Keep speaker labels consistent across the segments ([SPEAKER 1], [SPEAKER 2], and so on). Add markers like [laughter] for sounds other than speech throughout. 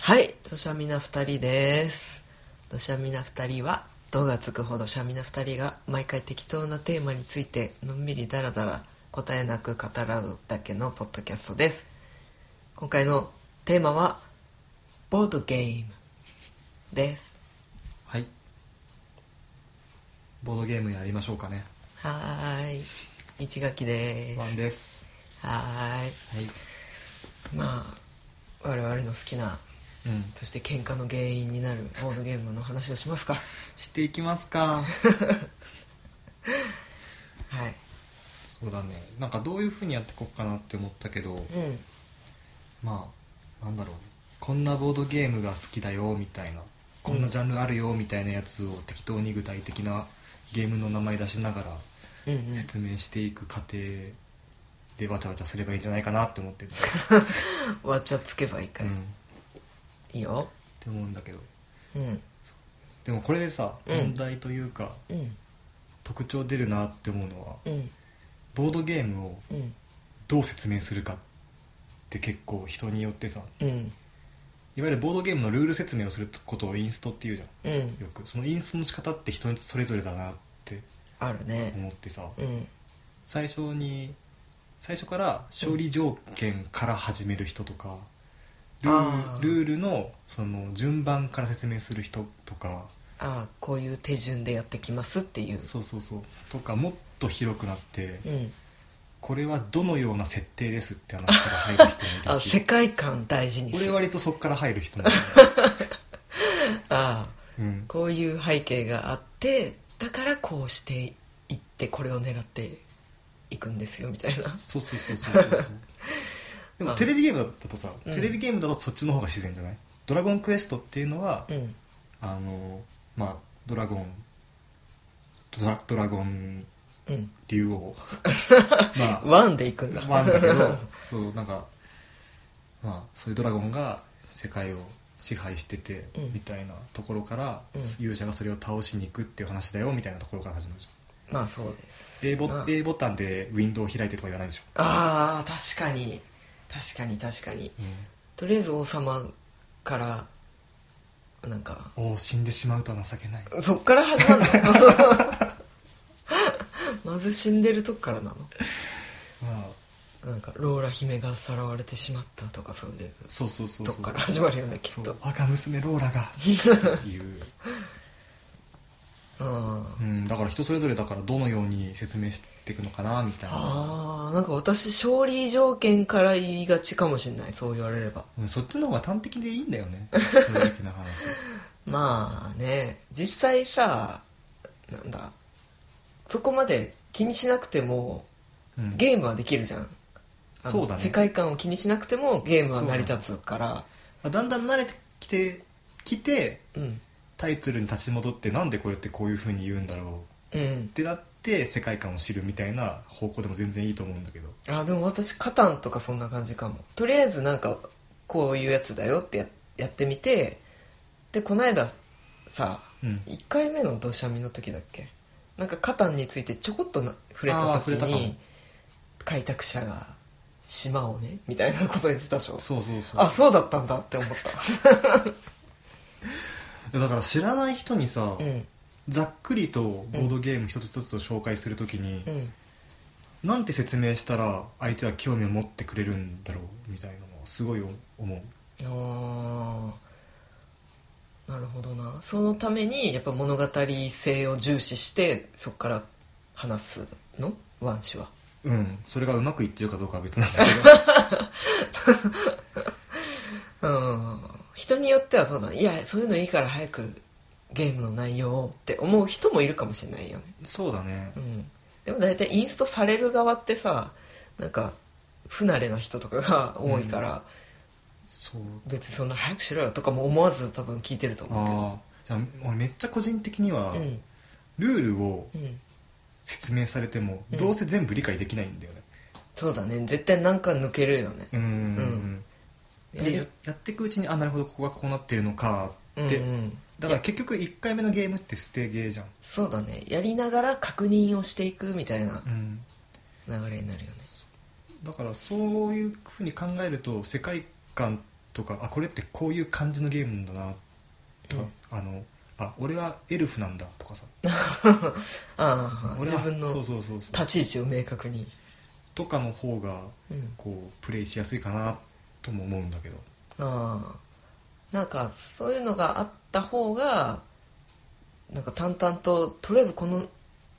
[SPEAKER 1] はい土砂みな2人です土砂みな2人は動がつくほどシャミな2人が毎回適当なテーマについてのんびりダラダラ答えなく語らうだけのポッドキャストです今回のテーマはボードゲームです
[SPEAKER 2] はいボードゲームやりましょうかね
[SPEAKER 1] はーい一学期です
[SPEAKER 2] ワンです
[SPEAKER 1] はーい
[SPEAKER 2] はい
[SPEAKER 1] まあ我々の好きな
[SPEAKER 2] うん
[SPEAKER 1] そして喧嘩の原因になるボードゲームの話をしますか
[SPEAKER 2] していきます
[SPEAKER 1] [laughs] は
[SPEAKER 2] か
[SPEAKER 1] い
[SPEAKER 2] そうだねなんかどういうふうにやってこっかなって思ったけど
[SPEAKER 1] うん
[SPEAKER 2] まあなんだろうこんなボードゲームが好きだよみたいなこんなジャンルあるよみたいなやつを適当に具体的なゲームの名前出しながら
[SPEAKER 1] うんうん
[SPEAKER 2] 説明していく過程でわちゃわちゃすればいいんじゃないかなって
[SPEAKER 1] [laughs]
[SPEAKER 2] 思ってる、
[SPEAKER 1] わっちゃつけばいいか
[SPEAKER 2] う
[SPEAKER 1] い、
[SPEAKER 2] ん、っ
[SPEAKER 1] いいよ
[SPEAKER 2] て思うんだけど
[SPEAKER 1] うん
[SPEAKER 2] でもこれでさ
[SPEAKER 1] うん
[SPEAKER 2] 問題というか、
[SPEAKER 1] うん
[SPEAKER 2] 特徴出るなって思うのは
[SPEAKER 1] うん
[SPEAKER 2] ボードゲームを
[SPEAKER 1] うん
[SPEAKER 2] どう説明するかって結構人によってさ
[SPEAKER 1] うん
[SPEAKER 2] いわゆるボードゲームのルール説明をすることをインストっていうじゃ
[SPEAKER 1] うん
[SPEAKER 2] んよくそのインストの仕方って人それぞれだなって
[SPEAKER 1] あるね
[SPEAKER 2] 思ってさ
[SPEAKER 1] うん
[SPEAKER 2] 最初に最初から勝利条件から始める人とかル
[SPEAKER 1] あ
[SPEAKER 2] ー
[SPEAKER 1] ー
[SPEAKER 2] ルルールのその順番から説明する人とか
[SPEAKER 1] ああこういう手順でやってきますっていう
[SPEAKER 2] そうそうそうとかもっと広くなって
[SPEAKER 1] うん
[SPEAKER 2] これはどのような設定ですって話から入る人もい
[SPEAKER 1] [laughs] あ
[SPEAKER 2] るし
[SPEAKER 1] 世界観大事にす
[SPEAKER 2] 俺
[SPEAKER 1] る
[SPEAKER 2] 割とそっから入る人もい
[SPEAKER 1] [laughs]
[SPEAKER 2] る、
[SPEAKER 1] ああ
[SPEAKER 2] うん、
[SPEAKER 1] こういう背景があってだからこうしていってこれを狙っていくんですよみたいな
[SPEAKER 2] そうそうそうそうそうそう
[SPEAKER 1] [laughs]
[SPEAKER 2] でも
[SPEAKER 1] あ
[SPEAKER 2] テレビゲームだとさ、
[SPEAKER 1] うん
[SPEAKER 2] テレビゲームだとそっちの方が自然じゃないドラゴンクエストっていうのは、
[SPEAKER 1] うん
[SPEAKER 2] あのまあドラゴンドラドラゴン
[SPEAKER 1] うん [laughs]
[SPEAKER 2] 竜王まあ
[SPEAKER 1] ワンでいくんだ
[SPEAKER 2] ワンだけ
[SPEAKER 1] [laughs]
[SPEAKER 2] どそうなんかまあそういうドラゴンが世界を支配してて、
[SPEAKER 1] うん
[SPEAKER 2] みたいなところから、
[SPEAKER 1] うん
[SPEAKER 2] 勇者がそれを倒しに行くっていう話だよみたいなところから始まるじゃん
[SPEAKER 1] まあそうです、
[SPEAKER 2] A ボ
[SPEAKER 1] まあ
[SPEAKER 2] A ボタンでウィンドウを開いてとか言わないでしょ、
[SPEAKER 1] ああ確かに確かに確かにとりあえず王様からなんか
[SPEAKER 2] おお死んでしまうとは情けない
[SPEAKER 1] そっから始まるのまず死んでるとこからな
[SPEAKER 2] まあ
[SPEAKER 1] のなんかローラ姫がさらわれてしまったとかそういう
[SPEAKER 2] そうそうそう
[SPEAKER 1] と
[SPEAKER 2] そう
[SPEAKER 1] こから始まるよねき
[SPEAKER 2] そ
[SPEAKER 1] っ
[SPEAKER 2] う
[SPEAKER 1] と
[SPEAKER 2] 我が娘ローラがっていう、
[SPEAKER 1] うん
[SPEAKER 2] うん、だから人それぞれだからどのように説明していくのかなみたいな、
[SPEAKER 1] あーなんか私勝利条件から言いがちかもしれないそう言われれば
[SPEAKER 2] うん、そっちの方が端的でいいんだよ [laughs] ね正直な話
[SPEAKER 1] まあね実際さなんだそこまで気にしなくても
[SPEAKER 2] うん
[SPEAKER 1] ゲームはできるじゃんあの
[SPEAKER 2] そうだね
[SPEAKER 1] 世界観を気にしなくてもゲームは成り立つから
[SPEAKER 2] だんだん慣れてきてきて
[SPEAKER 1] うん
[SPEAKER 2] タイトルに立ち戻ってなんでこれってこういうふうに言うんだろう
[SPEAKER 1] うん
[SPEAKER 2] ってなって世界観を知るみたいな方向でも全然いいと思うんだけど
[SPEAKER 1] あでも私カタンとかそんな感じかもとりあえずなんかこういうやつだよってややってみてでこの間さ
[SPEAKER 2] うん
[SPEAKER 1] 1回目の土砂見の時だっけなんかカタンについてちょこっとな触れ
[SPEAKER 2] あ
[SPEAKER 1] た
[SPEAKER 2] ー触
[SPEAKER 1] 時
[SPEAKER 2] れたかも
[SPEAKER 1] に開拓者が島をねみたいなこと言ってたでしょ
[SPEAKER 2] そうそうそう
[SPEAKER 1] あそうだったんだって思った
[SPEAKER 2] いやだから知らない人にさ、
[SPEAKER 1] うん
[SPEAKER 2] ざっくりとボードゲーム一つ一つを紹介するときに、
[SPEAKER 1] うん
[SPEAKER 2] なんて説明したら相手は興味を持ってくれるんだろうみたいなのはすごい思う
[SPEAKER 1] あーなるほどなそのためにやっぱ物語性を重視してそこから話すのワン氏は
[SPEAKER 2] うんそれがうまくいってるかどうかは別なんだけ
[SPEAKER 1] [laughs] うん人によってはそうだいやそういうのいいから早くゲームの内容をって思う人もいるかもしれないよね、
[SPEAKER 2] どそうだね
[SPEAKER 1] うん、でも大体インストされる側ってさなんか不慣れな人とかが多いから、
[SPEAKER 2] そう
[SPEAKER 1] 別にそんな早くしろよとかも思わず多分聞いてると思う
[SPEAKER 2] ああじゃあ俺めっちゃ個人的には、
[SPEAKER 1] けどうん
[SPEAKER 2] ルールを
[SPEAKER 1] うん
[SPEAKER 2] 説明されても、
[SPEAKER 1] うん
[SPEAKER 2] どうせ全部理解できないんだよね
[SPEAKER 1] そうだね絶対なんか抜けるよね
[SPEAKER 2] うーん
[SPEAKER 1] うんや
[SPEAKER 2] で
[SPEAKER 1] り
[SPEAKER 2] ややっていくうちにあなるほどここがこうなってるのか
[SPEAKER 1] うんう
[SPEAKER 2] って、
[SPEAKER 1] ん、
[SPEAKER 2] だから結局1回目のゲームって捨てゲーじゃん
[SPEAKER 1] そうだねやりながら確認をしていくみたいな
[SPEAKER 2] うん
[SPEAKER 1] 流れになるよね
[SPEAKER 2] だからそういうふうに考えると世界観とかあこれってこういう感じのゲームなんだなとか、あのあ俺はエルフなんだとかさ
[SPEAKER 1] ああ
[SPEAKER 2] 俺
[SPEAKER 1] 自
[SPEAKER 2] は
[SPEAKER 1] 分
[SPEAKER 2] そ
[SPEAKER 1] の
[SPEAKER 2] うそうそうそう
[SPEAKER 1] 立ち位置を明確に、
[SPEAKER 2] とかの方が
[SPEAKER 1] うん、
[SPEAKER 2] こうプレイしやすいかなとも思うんだけど
[SPEAKER 1] ああなんかそういうのがあった方がなんか淡々ととりあえずこの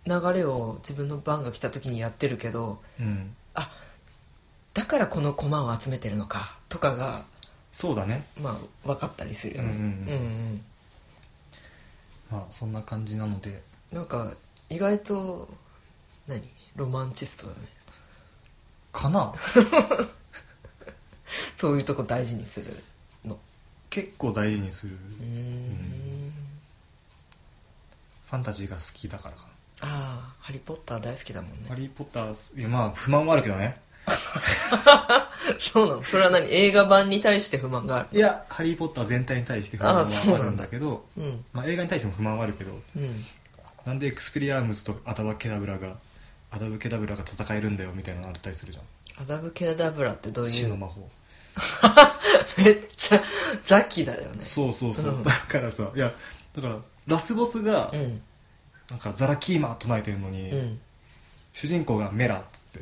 [SPEAKER 1] 流れを自分の番が来た時にやってるけど
[SPEAKER 2] うん
[SPEAKER 1] あだからこの駒を集めてるのかとかが
[SPEAKER 2] そうだね
[SPEAKER 1] まあ分かったりするよね
[SPEAKER 2] うんうん
[SPEAKER 1] うんうん
[SPEAKER 2] まあそんな感じなので
[SPEAKER 1] なんか意外と何ロマンチストだね
[SPEAKER 2] か
[SPEAKER 1] [laughs]
[SPEAKER 2] な
[SPEAKER 1] そういうとこ大事にするの
[SPEAKER 2] 結構大事にする
[SPEAKER 1] うーん
[SPEAKER 2] ファンタジーが好きだからかな
[SPEAKER 1] ああハリー・ポッター大好きだもん
[SPEAKER 2] 「
[SPEAKER 1] ね
[SPEAKER 2] ハリー・ポッター」いやまあ不満はあるけどね
[SPEAKER 1] [laughs] そうなのそれは何映画版に対して不満がある
[SPEAKER 2] いや「ハリー・ポッター」全体に対して不満
[SPEAKER 1] あそう
[SPEAKER 2] はあ
[SPEAKER 1] な
[SPEAKER 2] る
[SPEAKER 1] ん
[SPEAKER 2] ん
[SPEAKER 1] だ
[SPEAKER 2] だけど
[SPEAKER 1] うん
[SPEAKER 2] まあ、映画に対しても不満はあるけど
[SPEAKER 1] うん
[SPEAKER 2] なんでエクスペリアームズとアダバ・ケダブラがアダブ・ケダブラが戦えるんだよみたいなのあったりするじゃん
[SPEAKER 1] アダブ・ケダブラってどうい
[SPEAKER 2] 死の
[SPEAKER 1] う
[SPEAKER 2] 魔法
[SPEAKER 1] めっちゃザキだよね
[SPEAKER 2] そうそうそう、
[SPEAKER 1] うん
[SPEAKER 2] だからさいやだからラスボスが
[SPEAKER 1] うん
[SPEAKER 2] なんかザラキーマ唱えてるのに、
[SPEAKER 1] うん
[SPEAKER 2] 主人公がメラっつって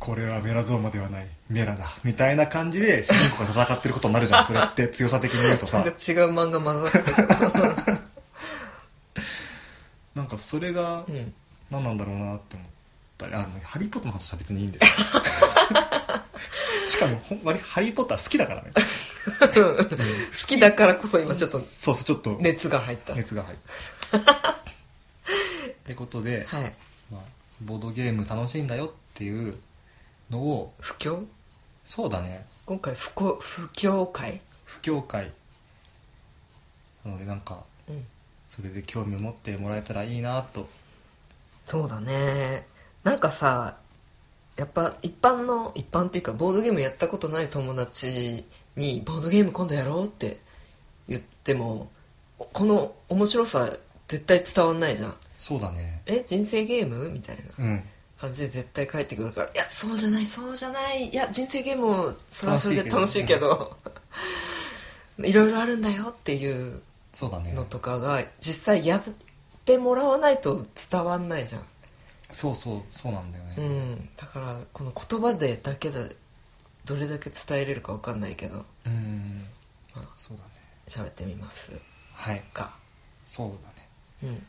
[SPEAKER 2] これはメラゾーマではないメラだみたいな感じで主人公が戦ってることになるじゃんそれって強さ的に言うと
[SPEAKER 1] そ
[SPEAKER 2] さ
[SPEAKER 1] れ違う漫画混ざって [laughs] たから
[SPEAKER 2] なんかそれが
[SPEAKER 1] うん
[SPEAKER 2] 何なんだろうなって思ったりあのハリー・ポッターの話は別にいいん
[SPEAKER 1] [laughs]
[SPEAKER 2] ですよしかもほんまにハリー・ポッター好きだからね
[SPEAKER 1] 好きだからこそ今ちょっと
[SPEAKER 2] そうそうちょっと
[SPEAKER 1] 熱が入った
[SPEAKER 2] 熱が入る
[SPEAKER 1] [laughs]
[SPEAKER 2] ってことで、
[SPEAKER 1] はい
[SPEAKER 2] まあ、ボードゲーム楽しいんだよっていうのを
[SPEAKER 1] 不況
[SPEAKER 2] そうだね
[SPEAKER 1] 今回不幸不況会
[SPEAKER 2] 不協会なのでなんか
[SPEAKER 1] うん
[SPEAKER 2] それで興味を持ってもらえたらいいなと
[SPEAKER 1] そうだねなんかさやっぱ一般の一般っていうかボードゲームやったことない友達に「ボードゲーム今度やろう」って言ってもこの面白さ絶対伝わんないじゃん
[SPEAKER 2] そうだね
[SPEAKER 1] 「え人生ゲーム?」みたいな
[SPEAKER 2] うん
[SPEAKER 1] 感じで絶対帰ってくるから「いやそうじゃないそうじゃないいや人生ゲームもそれはそれで楽
[SPEAKER 2] 楽
[SPEAKER 1] し
[SPEAKER 2] し
[SPEAKER 1] い
[SPEAKER 2] い
[SPEAKER 1] け
[SPEAKER 2] け
[SPEAKER 1] ど [laughs] いろいろあるんだよ」っていう
[SPEAKER 2] そうだね
[SPEAKER 1] のとかが実際やってもらわないと伝わんないじゃん
[SPEAKER 2] そうそうそうなんだよね、
[SPEAKER 1] うん、だからこの言葉でだけでどれだけ伝えれるか分かんないけど
[SPEAKER 2] うんうん
[SPEAKER 1] まあ
[SPEAKER 2] そうだね
[SPEAKER 1] 喋ってみます
[SPEAKER 2] はい
[SPEAKER 1] か
[SPEAKER 2] そうだね
[SPEAKER 1] うん、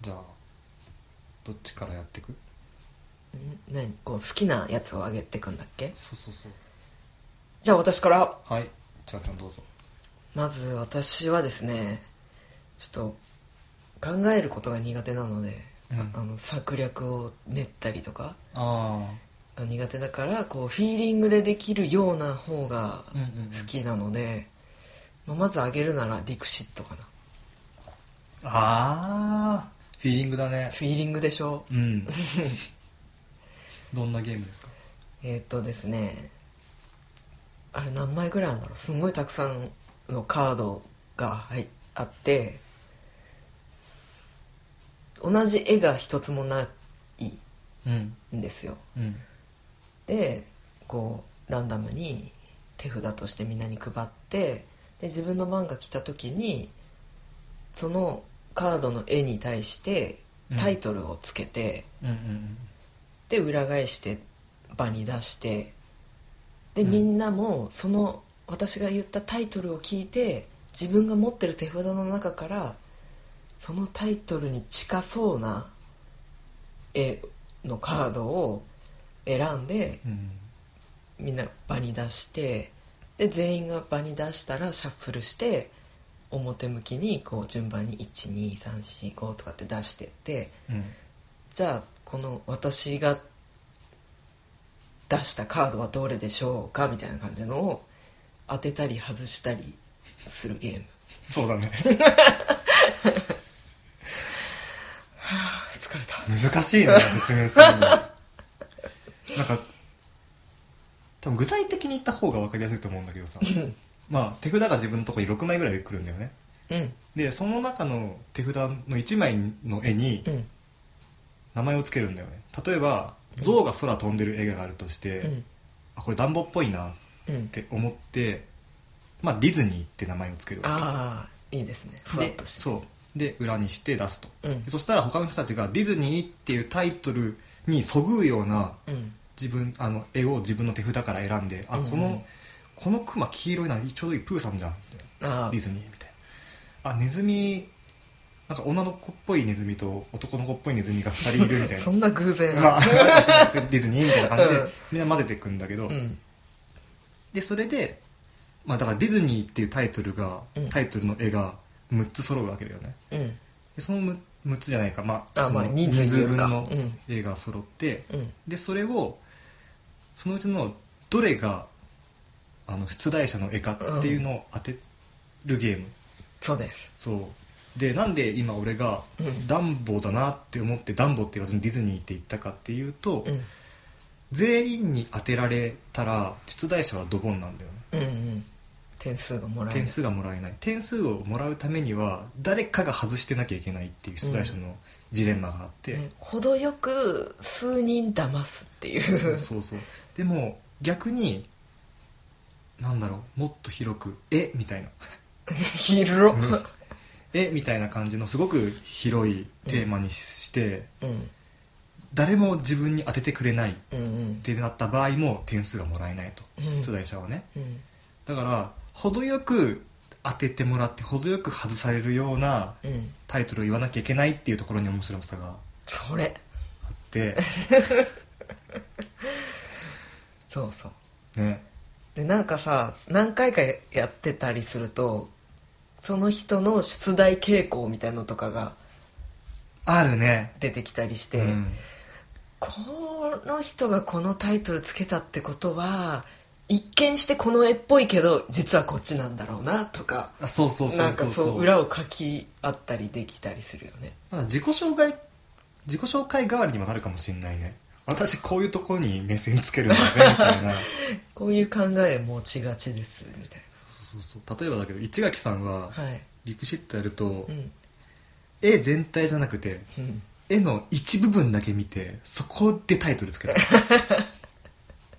[SPEAKER 2] じゃあどっちからやってく
[SPEAKER 1] ん何こう好きなやつをあげてくんだっけ
[SPEAKER 2] そうそうそう
[SPEAKER 1] じゃあ私から
[SPEAKER 2] はいじゃあちゃんどうぞ
[SPEAKER 1] まず私はですねちょっと考えることが苦手なので、
[SPEAKER 2] うん
[SPEAKER 1] ああの策略を練ったりとか
[SPEAKER 2] あ
[SPEAKER 1] が苦手だからこうフィーリングでできるような方が
[SPEAKER 2] あうんうん、うん、
[SPEAKER 1] 好きなので、まあまずあげるならディクシットかな
[SPEAKER 2] ああフィーリングだね
[SPEAKER 1] フィーリングでしょ
[SPEAKER 2] うんどんなゲームですか
[SPEAKER 1] えーっとですねあれ何枚ぐらいあるんだろうすごいたくさんのカードがはいあって同じ絵が一つもない
[SPEAKER 2] うん
[SPEAKER 1] んですよ
[SPEAKER 2] うん
[SPEAKER 1] でこうランダムに手札としてみんなに配ってで自分の番が来た時にそのカードの絵に対してタイトルをつけて、
[SPEAKER 2] うんうん
[SPEAKER 1] で裏返して場に出してで、
[SPEAKER 2] うん
[SPEAKER 1] みんなもその私が言ったタイトルを聞いて自分が持ってる手札の中からそのタイトルに近そうな絵のカードを選んで
[SPEAKER 2] うんうん
[SPEAKER 1] みんな場に出してで全員が場に出したらシャッフルして表向きにこう順番に12345とかって出してって
[SPEAKER 2] うん
[SPEAKER 1] じゃあこの私が出したカードはどれでしょうかみたいな感じのを当てたり外したりするゲ
[SPEAKER 2] [laughs]
[SPEAKER 1] ーム
[SPEAKER 2] そうだね
[SPEAKER 1] あ疲れた
[SPEAKER 2] 難しいな説明するのなんか多分具体的に言った方が分かりやすいと思うんだけどさまあ手札が自分のとこに6枚ぐらい来るんだよね
[SPEAKER 1] うん
[SPEAKER 2] でその中の手札の1枚の絵に
[SPEAKER 1] うん
[SPEAKER 2] 名前をつけるんだよね例えば象が空飛んでる絵があるとして、
[SPEAKER 1] うん
[SPEAKER 2] あこれ暖房っぽいなっ
[SPEAKER 1] うん
[SPEAKER 2] て思って、まあ、ディズニーって名前をつけるわけ
[SPEAKER 1] ああいいですねふわっとして
[SPEAKER 2] でそうで裏にして出すと、
[SPEAKER 1] うん
[SPEAKER 2] でそしたら他の人たちがディズニーっていうタイトルにそぐうような
[SPEAKER 1] うん
[SPEAKER 2] 自分あの絵を自分の手札から選んで、
[SPEAKER 1] うん
[SPEAKER 2] あ
[SPEAKER 1] うん
[SPEAKER 2] このこのクマ黄色いなちょうどいいプーさんじゃんみたいな
[SPEAKER 1] ああ
[SPEAKER 2] ディズニーみたいなあネズミなんか女の子っぽいネズミと男の子っぽいネズミが2人いるみたいな
[SPEAKER 1] [laughs] そんな偶然
[SPEAKER 2] まあ、 [laughs] ディズニーみたいな感じで、
[SPEAKER 1] うん
[SPEAKER 2] みんな混ぜていくんだけど、
[SPEAKER 1] うん
[SPEAKER 2] でそれで、まあ、だからディズニーっていうタイトルが、
[SPEAKER 1] うん
[SPEAKER 2] タイトルの絵が6つ揃うわけだよね
[SPEAKER 1] うん
[SPEAKER 2] でその 6, つじゃないか、まあ、
[SPEAKER 1] あ
[SPEAKER 2] その
[SPEAKER 1] まあ人数による
[SPEAKER 2] 分
[SPEAKER 1] か
[SPEAKER 2] の
[SPEAKER 1] うん
[SPEAKER 2] 絵が揃って、
[SPEAKER 1] うん
[SPEAKER 2] でそれをそのうちのどれがあの出題者の絵かっていうのを当てるゲーム、
[SPEAKER 1] そうです
[SPEAKER 2] そうでなんで今俺が
[SPEAKER 1] うん
[SPEAKER 2] ダンボだなって思ってダンボって言わずにディズニーって言ったかっていうと、
[SPEAKER 1] うん
[SPEAKER 2] 全員に当てられたら出題者はドボンなんだよね
[SPEAKER 1] うんうん点数がもらえる
[SPEAKER 2] 点数がもらえない点数をもらうためには誰かが外してなきゃいけないっていう出題者のジレンマがあって、
[SPEAKER 1] ね程よく数人騙すっていう
[SPEAKER 2] そうそうそうでも逆になんだろうもっと広く「えみたいな
[SPEAKER 1] [laughs] 広
[SPEAKER 2] うん「えみたいな感じのすごく広いテーマにしして
[SPEAKER 1] うん
[SPEAKER 2] 誰も自分に当ててくれないっ
[SPEAKER 1] うんうん
[SPEAKER 2] てなった場合も点数がもらえないと
[SPEAKER 1] うん
[SPEAKER 2] 出題者はね、
[SPEAKER 1] うん
[SPEAKER 2] だから程よく当ててもらって程よく外されるような
[SPEAKER 1] うん
[SPEAKER 2] タイトルを言わなきゃいけないっていうところに面白さが
[SPEAKER 1] それ
[SPEAKER 2] あって、
[SPEAKER 1] そうそう
[SPEAKER 2] ね、
[SPEAKER 1] でなんかさ何回かやってたりするとその人の出題傾向みたいのとかが
[SPEAKER 2] あるね、
[SPEAKER 1] 出てきたりして、
[SPEAKER 2] うん、
[SPEAKER 1] この人がこのタイトルつけたってことは一見してこの絵っぽいけど実はこっちなんだろうなとか
[SPEAKER 2] あそうそうそ
[SPEAKER 1] な
[SPEAKER 2] うん
[SPEAKER 1] か
[SPEAKER 2] そう
[SPEAKER 1] そう裏を書き合ったりできたりするよね
[SPEAKER 2] なんか自己紹介自己紹介代わりにもなるかもしれないね私こういうところに目線つけるんだぜみたい
[SPEAKER 1] [laughs]
[SPEAKER 2] な
[SPEAKER 1] こういう考え持ちがちですみたい
[SPEAKER 2] そうそうそう例えばだけど市垣さんは
[SPEAKER 1] なはい
[SPEAKER 2] リクシットやると、
[SPEAKER 1] うん
[SPEAKER 2] 絵全体じゃなくて
[SPEAKER 1] うん
[SPEAKER 2] 絵の一部分だけ見てそこでタイトルつけた、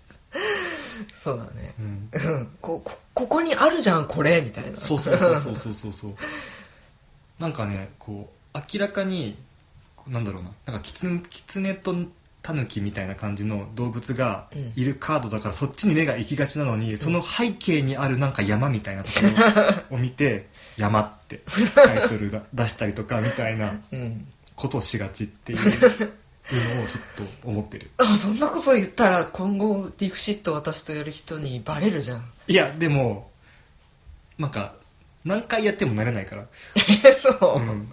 [SPEAKER 1] [laughs] そうだね
[SPEAKER 2] うん
[SPEAKER 1] うんここここにあるじゃんこれみたいな
[SPEAKER 2] そうそうそうそうそうそうそうなんかねこう明らかにこうなんだろうななんかキツネキツネとタヌキみたいな感じの動物が
[SPEAKER 1] うん
[SPEAKER 2] いるカードだから、そっちに目が行きがちなのにその背景にあるなんか山みたいなところを見て「山」ってタイトルが出したりとかみたいな
[SPEAKER 1] うん
[SPEAKER 2] ことをしがちっていうのをちょっと思ってる
[SPEAKER 1] あそんなこと言ったら今後ディフシット私とやる人にバレるじゃん
[SPEAKER 2] いやでもなんか何回やっても慣れないから
[SPEAKER 1] そう、
[SPEAKER 2] うん、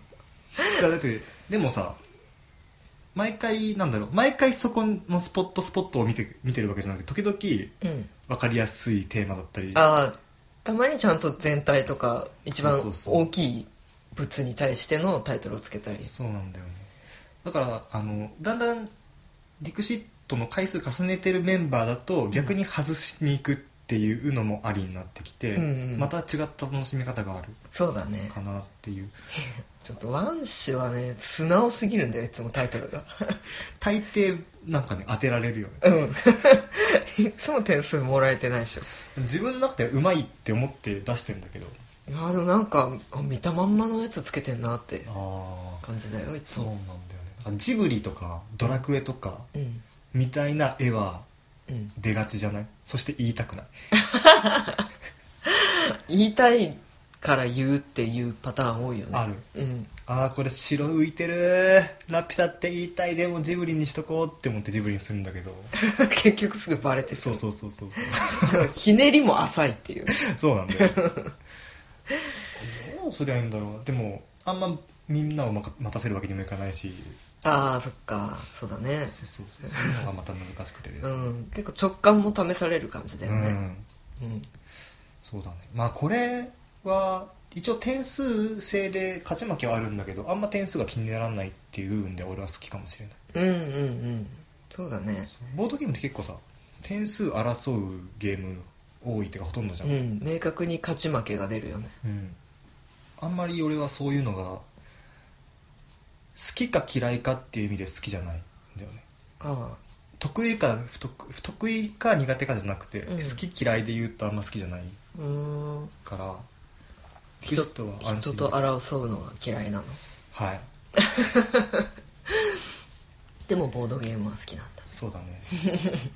[SPEAKER 2] いやだってでもさ毎回なんだろう毎回そこのスポットスポットを見て見てるわけじゃなくて時々
[SPEAKER 1] うん
[SPEAKER 2] 分かりやすいテーマだったり
[SPEAKER 1] ああたまにちゃんと全体とか一
[SPEAKER 2] そ
[SPEAKER 1] 番
[SPEAKER 2] うそうそう
[SPEAKER 1] 大きい物に対してのタイトルをつけたり
[SPEAKER 2] そうなんだよねだからあのだんだんディクシットの回数重ねてるメンバーだと逆に外しに行くっていうのもありになってきて、
[SPEAKER 1] うんうん
[SPEAKER 2] また違った楽しみ方がある
[SPEAKER 1] そうだね
[SPEAKER 2] かなっていう
[SPEAKER 1] ちょっとワン氏はね素直すぎるんだよいつもタイトルが
[SPEAKER 2] 大抵なんかね当てられるよね
[SPEAKER 1] うん [laughs] いつも点数もらえてないでしょ
[SPEAKER 2] 自分の中でうまいって思って出してんだけど
[SPEAKER 1] いやでもなんかあ見たまんまのやつつけてんなって
[SPEAKER 2] ああ
[SPEAKER 1] 感じだよいつ
[SPEAKER 2] そうなん
[SPEAKER 1] も
[SPEAKER 2] だよねだからジブリとかドラクエとか
[SPEAKER 1] うん
[SPEAKER 2] みたいな絵は
[SPEAKER 1] うん
[SPEAKER 2] 出がちじゃないそして言いたくない
[SPEAKER 1] 言いたいから言うっていうパターン多いよね
[SPEAKER 2] ある
[SPEAKER 1] うん [laughs]
[SPEAKER 2] ああこれ白浮いてるラピュタって言いたいでもジブリにしとこうって思ってジブリにするんだけ [laughs] ど
[SPEAKER 1] 結局すぐバレて
[SPEAKER 2] そうそうそうそうそう
[SPEAKER 1] う [laughs] ひねりも浅いっていう
[SPEAKER 2] そうなんだよ [laughs] どうすりゃいいんだろうでもあんまみんなをまか待たせるわけにもいかないし
[SPEAKER 1] [laughs] ああそっかそうだね
[SPEAKER 2] そうそうそうそういうのがまた難しくてです
[SPEAKER 1] う
[SPEAKER 2] ね
[SPEAKER 1] ん、結構直感も試される感じだよ
[SPEAKER 2] う
[SPEAKER 1] ね、
[SPEAKER 2] ん
[SPEAKER 1] うん
[SPEAKER 2] そうだねまあこれは一応点数制で勝ち負けはあるんだけどあんま点数が気にならないっていう部分で俺は好きかもしれない
[SPEAKER 1] うん、うんうんそうだね
[SPEAKER 2] ボードゲームって結構さ点数争うゲーム多いってかほとんどじゃ、
[SPEAKER 1] うんん明確に勝ち負けが出るよね
[SPEAKER 2] うんあんまり俺はそういうのが好きか嫌いかっていう意味で好きじゃないんだよね
[SPEAKER 1] ああ
[SPEAKER 2] 得意か不得不得意か苦手かじゃなくて、
[SPEAKER 1] うん
[SPEAKER 2] 好き嫌いで言うとあんま好きじゃないう
[SPEAKER 1] ーん
[SPEAKER 2] から
[SPEAKER 1] 人
[SPEAKER 2] 人は安
[SPEAKER 1] 人
[SPEAKER 2] 心
[SPEAKER 1] と争うのが嫌いなの
[SPEAKER 2] はい
[SPEAKER 1] でもボードゲームは好きなんだ
[SPEAKER 2] そうだね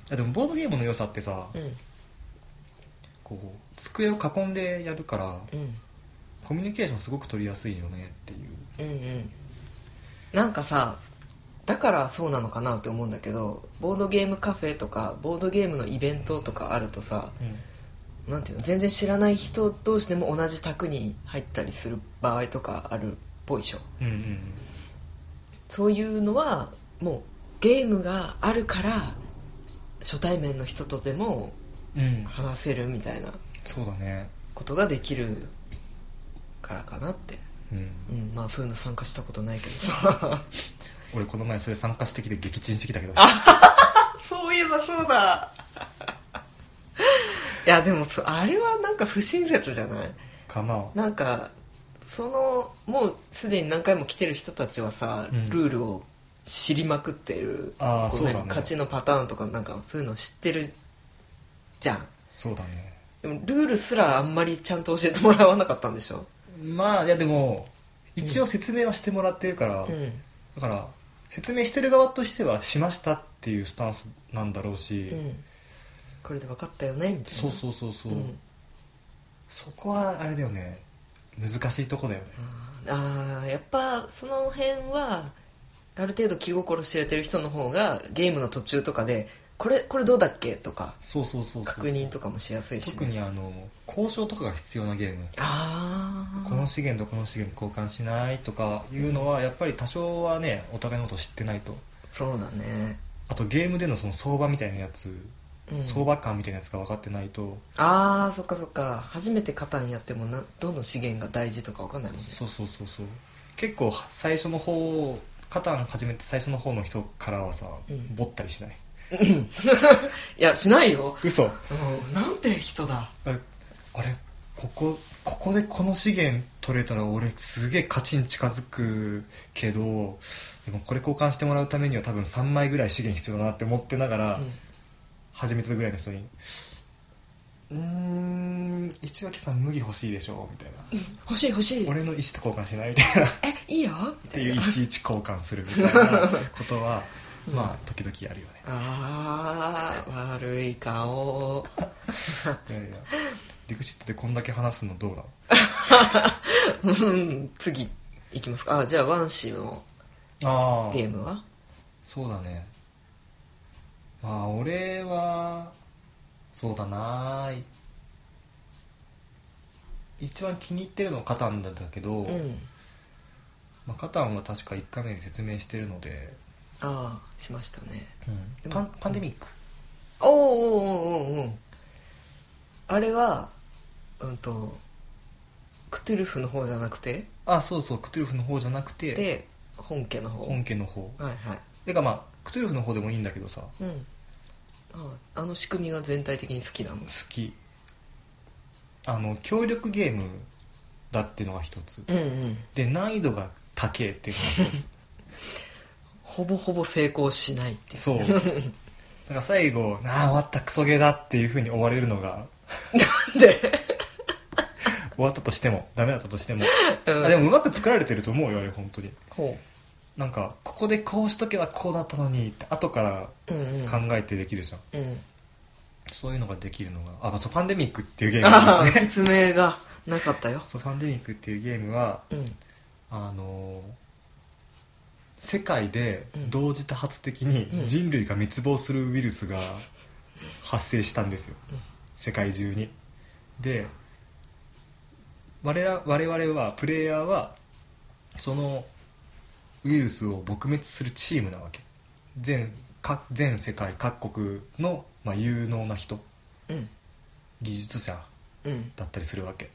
[SPEAKER 2] いやでもボードゲームの良さってさ、
[SPEAKER 1] うん
[SPEAKER 2] こう机を囲んでやるから、
[SPEAKER 1] うん
[SPEAKER 2] コミュニケーションすごく取りやすいよねっていう
[SPEAKER 1] うんうんなんかさだからそうなのかなって思うんだけどボードゲームカフェとかボードゲームのイベントとかあるとさなんていうの全然知らない人同士でも同じ卓に入ったりする場合とかあるっぽいでしょ
[SPEAKER 2] うんうんうん
[SPEAKER 1] そういうのはもうゲームがあるから初対面の人とでも
[SPEAKER 2] うん
[SPEAKER 1] 話せるみたいな
[SPEAKER 2] そうだね
[SPEAKER 1] ことができるからかなって、
[SPEAKER 2] うん
[SPEAKER 1] うん、まあそういうの参加したことないけどさ
[SPEAKER 2] 俺この前それ参加してきて撃沈してきたけどさ
[SPEAKER 1] そういえばそうだ [laughs] いやでもそあれはなんか不親切じゃない
[SPEAKER 2] かなあ
[SPEAKER 1] なんかそのもうすでに何回も来てる人たちはさ、
[SPEAKER 2] うん
[SPEAKER 1] ルールを知りまくってる
[SPEAKER 2] あー
[SPEAKER 1] こ
[SPEAKER 2] そうだね
[SPEAKER 1] 何勝ちのパターンとかなんかそういうの知ってるじゃん
[SPEAKER 2] そうだね
[SPEAKER 1] でもルールすらあんまりちゃんと教えてもらわなかったんでしょ
[SPEAKER 2] まあいやでも一応説明はしてもらってるから、
[SPEAKER 1] うん
[SPEAKER 2] だから説明してる側としてはしましたっていうスタンスなんだろうし、
[SPEAKER 1] うんこれで分かったよねみたいな
[SPEAKER 2] そうそうそうそう、
[SPEAKER 1] ん
[SPEAKER 2] そこはあれだよね難しいとこだよね
[SPEAKER 1] ああやっぱその辺はある程度気心知れてる人の方がゲームの途中とかでこれこれどうだっけとか
[SPEAKER 2] そうそうそうそう
[SPEAKER 1] 確認とかもしやすいしね、
[SPEAKER 2] 特にあの交渉とかが必要なゲーム
[SPEAKER 1] ああ
[SPEAKER 2] この資源とこの資源交換しないとかいうのはやっぱり多少はねお互いのこと知ってないと
[SPEAKER 1] そうだね、
[SPEAKER 2] あとゲームでのその相場みたいなやつ、
[SPEAKER 1] うん、
[SPEAKER 2] 相場感みたいなやつが分かってないと、
[SPEAKER 1] ああそっかそっか初めてカタンやってもなどの資源が大事とか分かんないもんね
[SPEAKER 2] そうそうそうそう結構最初の方カタン始めて最初の方の人からはさ、
[SPEAKER 1] うん
[SPEAKER 2] ぼったりしない
[SPEAKER 1] いやしないよ、
[SPEAKER 2] 嘘
[SPEAKER 1] うん、なんて人だ
[SPEAKER 2] ああれここここでこの資源取れたら俺すげえ勝ちに近づくけどでもこれ交換してもらうためには多分3枚ぐらい資源必要だなって思ってながら
[SPEAKER 1] うん
[SPEAKER 2] 始めてたぐらいの人に「うーん一脇さん麦欲しいでしょ」みたいな
[SPEAKER 1] 欲しい欲し
[SPEAKER 2] 「
[SPEAKER 1] い
[SPEAKER 2] 俺の石と交換しない」みたい
[SPEAKER 1] [laughs]
[SPEAKER 2] なっ
[SPEAKER 1] えいいよみた
[SPEAKER 2] て
[SPEAKER 1] い
[SPEAKER 2] いう
[SPEAKER 1] ない
[SPEAKER 2] ちいち交換するみたいなことは
[SPEAKER 1] うん
[SPEAKER 2] まあ時々やるよね
[SPEAKER 1] ああ悪い顔
[SPEAKER 2] いやいやリクシットでこんだけ話すのどうなの
[SPEAKER 1] うん [laughs] 次いきますかあじゃあワンシーの
[SPEAKER 2] あ
[SPEAKER 1] ゲームは
[SPEAKER 2] そうだねまあ俺はそうだな一番気に入ってるのはカタンなんだけど、
[SPEAKER 1] うん
[SPEAKER 2] まあ、カタンは確か1回目で説明してるので、
[SPEAKER 1] ああしましたねでも
[SPEAKER 2] パンパンデミック
[SPEAKER 1] おーおーおーおーおーあれはうんとクトゥルフの方じゃなくて
[SPEAKER 2] あそうそうクトゥルフの方じゃなくて
[SPEAKER 1] で本家の方
[SPEAKER 2] 本家の方
[SPEAKER 1] はいはい
[SPEAKER 2] てかまあクトゥルフの方でもいいんだけどさ好
[SPEAKER 1] うんああの仕組みが全体的に好きなの
[SPEAKER 2] きあの協力ゲームだっていうのが一つ
[SPEAKER 1] うんうん
[SPEAKER 2] で難易度が高えっていうのが一つ
[SPEAKER 1] ほぼほぼ成功しないっていう
[SPEAKER 2] そう。だから最後、ああ、終わったクソゲーだっていう風に終われるのが、
[SPEAKER 1] で、
[SPEAKER 2] 終わったとしても、ダメだったとしても。
[SPEAKER 1] うん、
[SPEAKER 2] あでもうまく作られてると思うよ、あれ、本当に。
[SPEAKER 1] ほ
[SPEAKER 2] なんか、ここでこうしとけばこうだったのにって、後から
[SPEAKER 1] ううんうん
[SPEAKER 2] 考えてできるじゃん。
[SPEAKER 1] うん
[SPEAKER 2] そういうのができるのが、あ、そう、パンデミックっていうゲー
[SPEAKER 1] あ
[SPEAKER 2] ム
[SPEAKER 1] あ
[SPEAKER 2] [laughs] ですね。
[SPEAKER 1] 説明がなかったよ
[SPEAKER 2] そう、パンデミックっていうゲームは、
[SPEAKER 1] うん
[SPEAKER 2] あのー世界で同時多発的に
[SPEAKER 1] うん
[SPEAKER 2] 人類が滅亡するウイルスが発生したんですよ、
[SPEAKER 1] うん
[SPEAKER 2] 世界中にで我々我々はプレイヤーはそのウイルスを撲滅するチームなわけ全各全世界各国の、まあ、有能な人
[SPEAKER 1] うん
[SPEAKER 2] 技術者
[SPEAKER 1] うん
[SPEAKER 2] だったりするわけ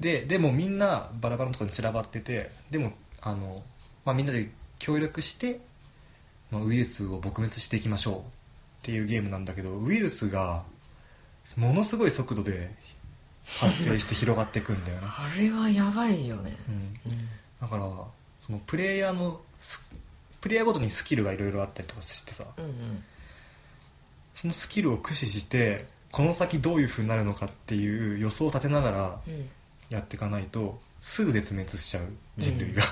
[SPEAKER 2] ででもみんなバラバラのところに散らばっててでもあの、まあ、みんなで協力して、まあ、ウイルスを撲滅していきましょうっていうゲームなんだけどウイルスがものすごい速度で発生して広がっていくんだよな、
[SPEAKER 1] あれはやばいよね
[SPEAKER 2] うん、
[SPEAKER 1] うん
[SPEAKER 2] だからそのプレイヤーのスプレイヤーごとにスキルがいろいろあったりとかしてさ、
[SPEAKER 1] うんうん
[SPEAKER 2] そのスキルを駆使してこの先どういう風になるのかっていう予想を立てながら
[SPEAKER 1] うん
[SPEAKER 2] やっていかないとすぐ絶滅しちゃう人類が、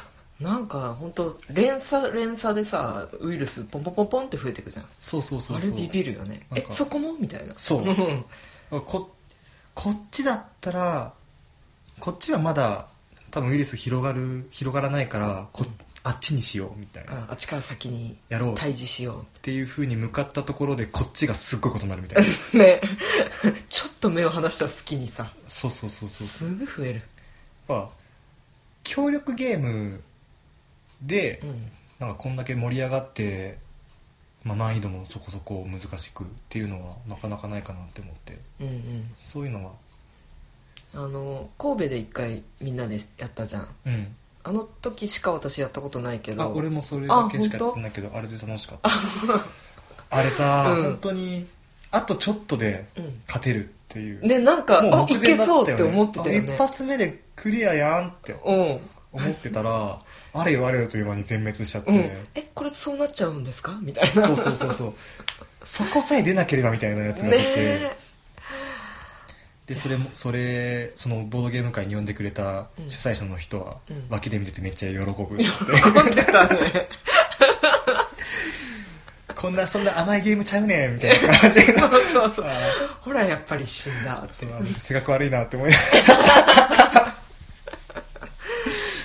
[SPEAKER 1] なんか本当連鎖連鎖でさウイルスポンポンポンポンって増えていくじゃん
[SPEAKER 2] そうそうそう
[SPEAKER 1] あ
[SPEAKER 2] そ
[SPEAKER 1] れ
[SPEAKER 2] う
[SPEAKER 1] ビビるよね
[SPEAKER 2] なん
[SPEAKER 1] え
[SPEAKER 2] か
[SPEAKER 1] そこもみたいな [laughs]
[SPEAKER 2] そうんここっちだったらこっちはまだ多分ウイルス広がる広がらないからこあっちにしようみたいな、
[SPEAKER 1] ああっちから先に
[SPEAKER 2] やろうっ
[SPEAKER 1] 対峙しよ
[SPEAKER 2] ていう風に向かったところでこっちがすっごいことになるみたいな
[SPEAKER 1] うね [laughs] ちょっと目を離した隙にさ
[SPEAKER 2] [laughs] そうそうそうそう
[SPEAKER 1] すぐ増える
[SPEAKER 2] やっぱ協力ゲームで、
[SPEAKER 1] うん
[SPEAKER 2] なんかこんだけ盛り上がって、まあ、難易度もそこそこ難しくっていうのはなかなかないかなって思って
[SPEAKER 1] うんうん
[SPEAKER 2] そういうのは
[SPEAKER 1] あの神戸で一回みんなでやったじゃん
[SPEAKER 2] うん
[SPEAKER 1] あの時しか私やったことないけど
[SPEAKER 2] あ俺もそれだけしか
[SPEAKER 1] あ
[SPEAKER 2] やってないけどあれで楽
[SPEAKER 1] [laughs]
[SPEAKER 2] しかったあれさ、
[SPEAKER 1] うん
[SPEAKER 2] 本当にあとちょっとで
[SPEAKER 1] うん
[SPEAKER 2] 勝てるっていう、
[SPEAKER 1] ねなんか、あ
[SPEAKER 2] 目
[SPEAKER 1] いけ
[SPEAKER 2] 前だ
[SPEAKER 1] そう
[SPEAKER 2] よ
[SPEAKER 1] って
[SPEAKER 2] ね
[SPEAKER 1] 思ってたよ
[SPEAKER 2] あ
[SPEAKER 1] ね
[SPEAKER 2] 一発目でクリアやんって
[SPEAKER 1] うん
[SPEAKER 2] 思って
[SPEAKER 1] [laughs]
[SPEAKER 2] たらあれよあれよという間に全滅しちゃって、
[SPEAKER 1] うん、えこれそうなっちゃうんですかみたいな
[SPEAKER 2] そうそうそうそうそこさえ出なければみたいなやつが
[SPEAKER 1] ね
[SPEAKER 2] 出て、
[SPEAKER 1] え
[SPEAKER 2] でそれもそれそのボードゲーム会に呼んでくれた
[SPEAKER 1] うん
[SPEAKER 2] 主催者の人は、
[SPEAKER 1] うん
[SPEAKER 2] 脇で見ててめっちゃ喜ぶって
[SPEAKER 1] 喜んでた
[SPEAKER 2] [laughs]
[SPEAKER 1] ね
[SPEAKER 2] こんなそんな甘いゲームちゃうねんみたい
[SPEAKER 1] [laughs]
[SPEAKER 2] な感じで
[SPEAKER 1] そうそうそう
[SPEAKER 2] あ
[SPEAKER 1] ほらやっぱり死んだっ
[SPEAKER 2] ー
[SPEAKER 1] て
[SPEAKER 2] そうなんだ性格悪いなって思いなが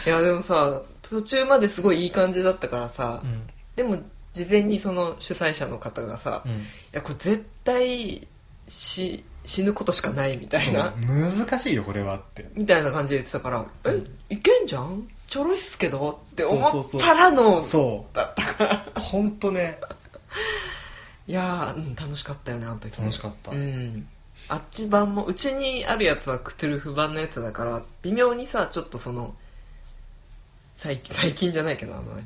[SPEAKER 1] いやでもさ途中まですごいいい感じだったからさ、
[SPEAKER 2] らうん
[SPEAKER 1] でも事前にその主催者の方がさ、い
[SPEAKER 2] うん
[SPEAKER 1] やこれ絶対し死ぬことしかないみたいな
[SPEAKER 2] そう難しいよこれはって
[SPEAKER 1] みたいな感じで言ってたから「えいけんじゃんちょろいっすけど」って
[SPEAKER 2] そ
[SPEAKER 1] 思
[SPEAKER 2] う
[SPEAKER 1] っ
[SPEAKER 2] そうそう
[SPEAKER 1] たらの
[SPEAKER 2] そ
[SPEAKER 1] だった
[SPEAKER 2] う本当ね
[SPEAKER 1] いやー、うん、楽しかったよねあの時ね
[SPEAKER 2] 楽しかった
[SPEAKER 1] うんあっち版もうちにあるやつはクトゥルフ版のやつだから微妙にさちょっとその最近最近じゃないけどあの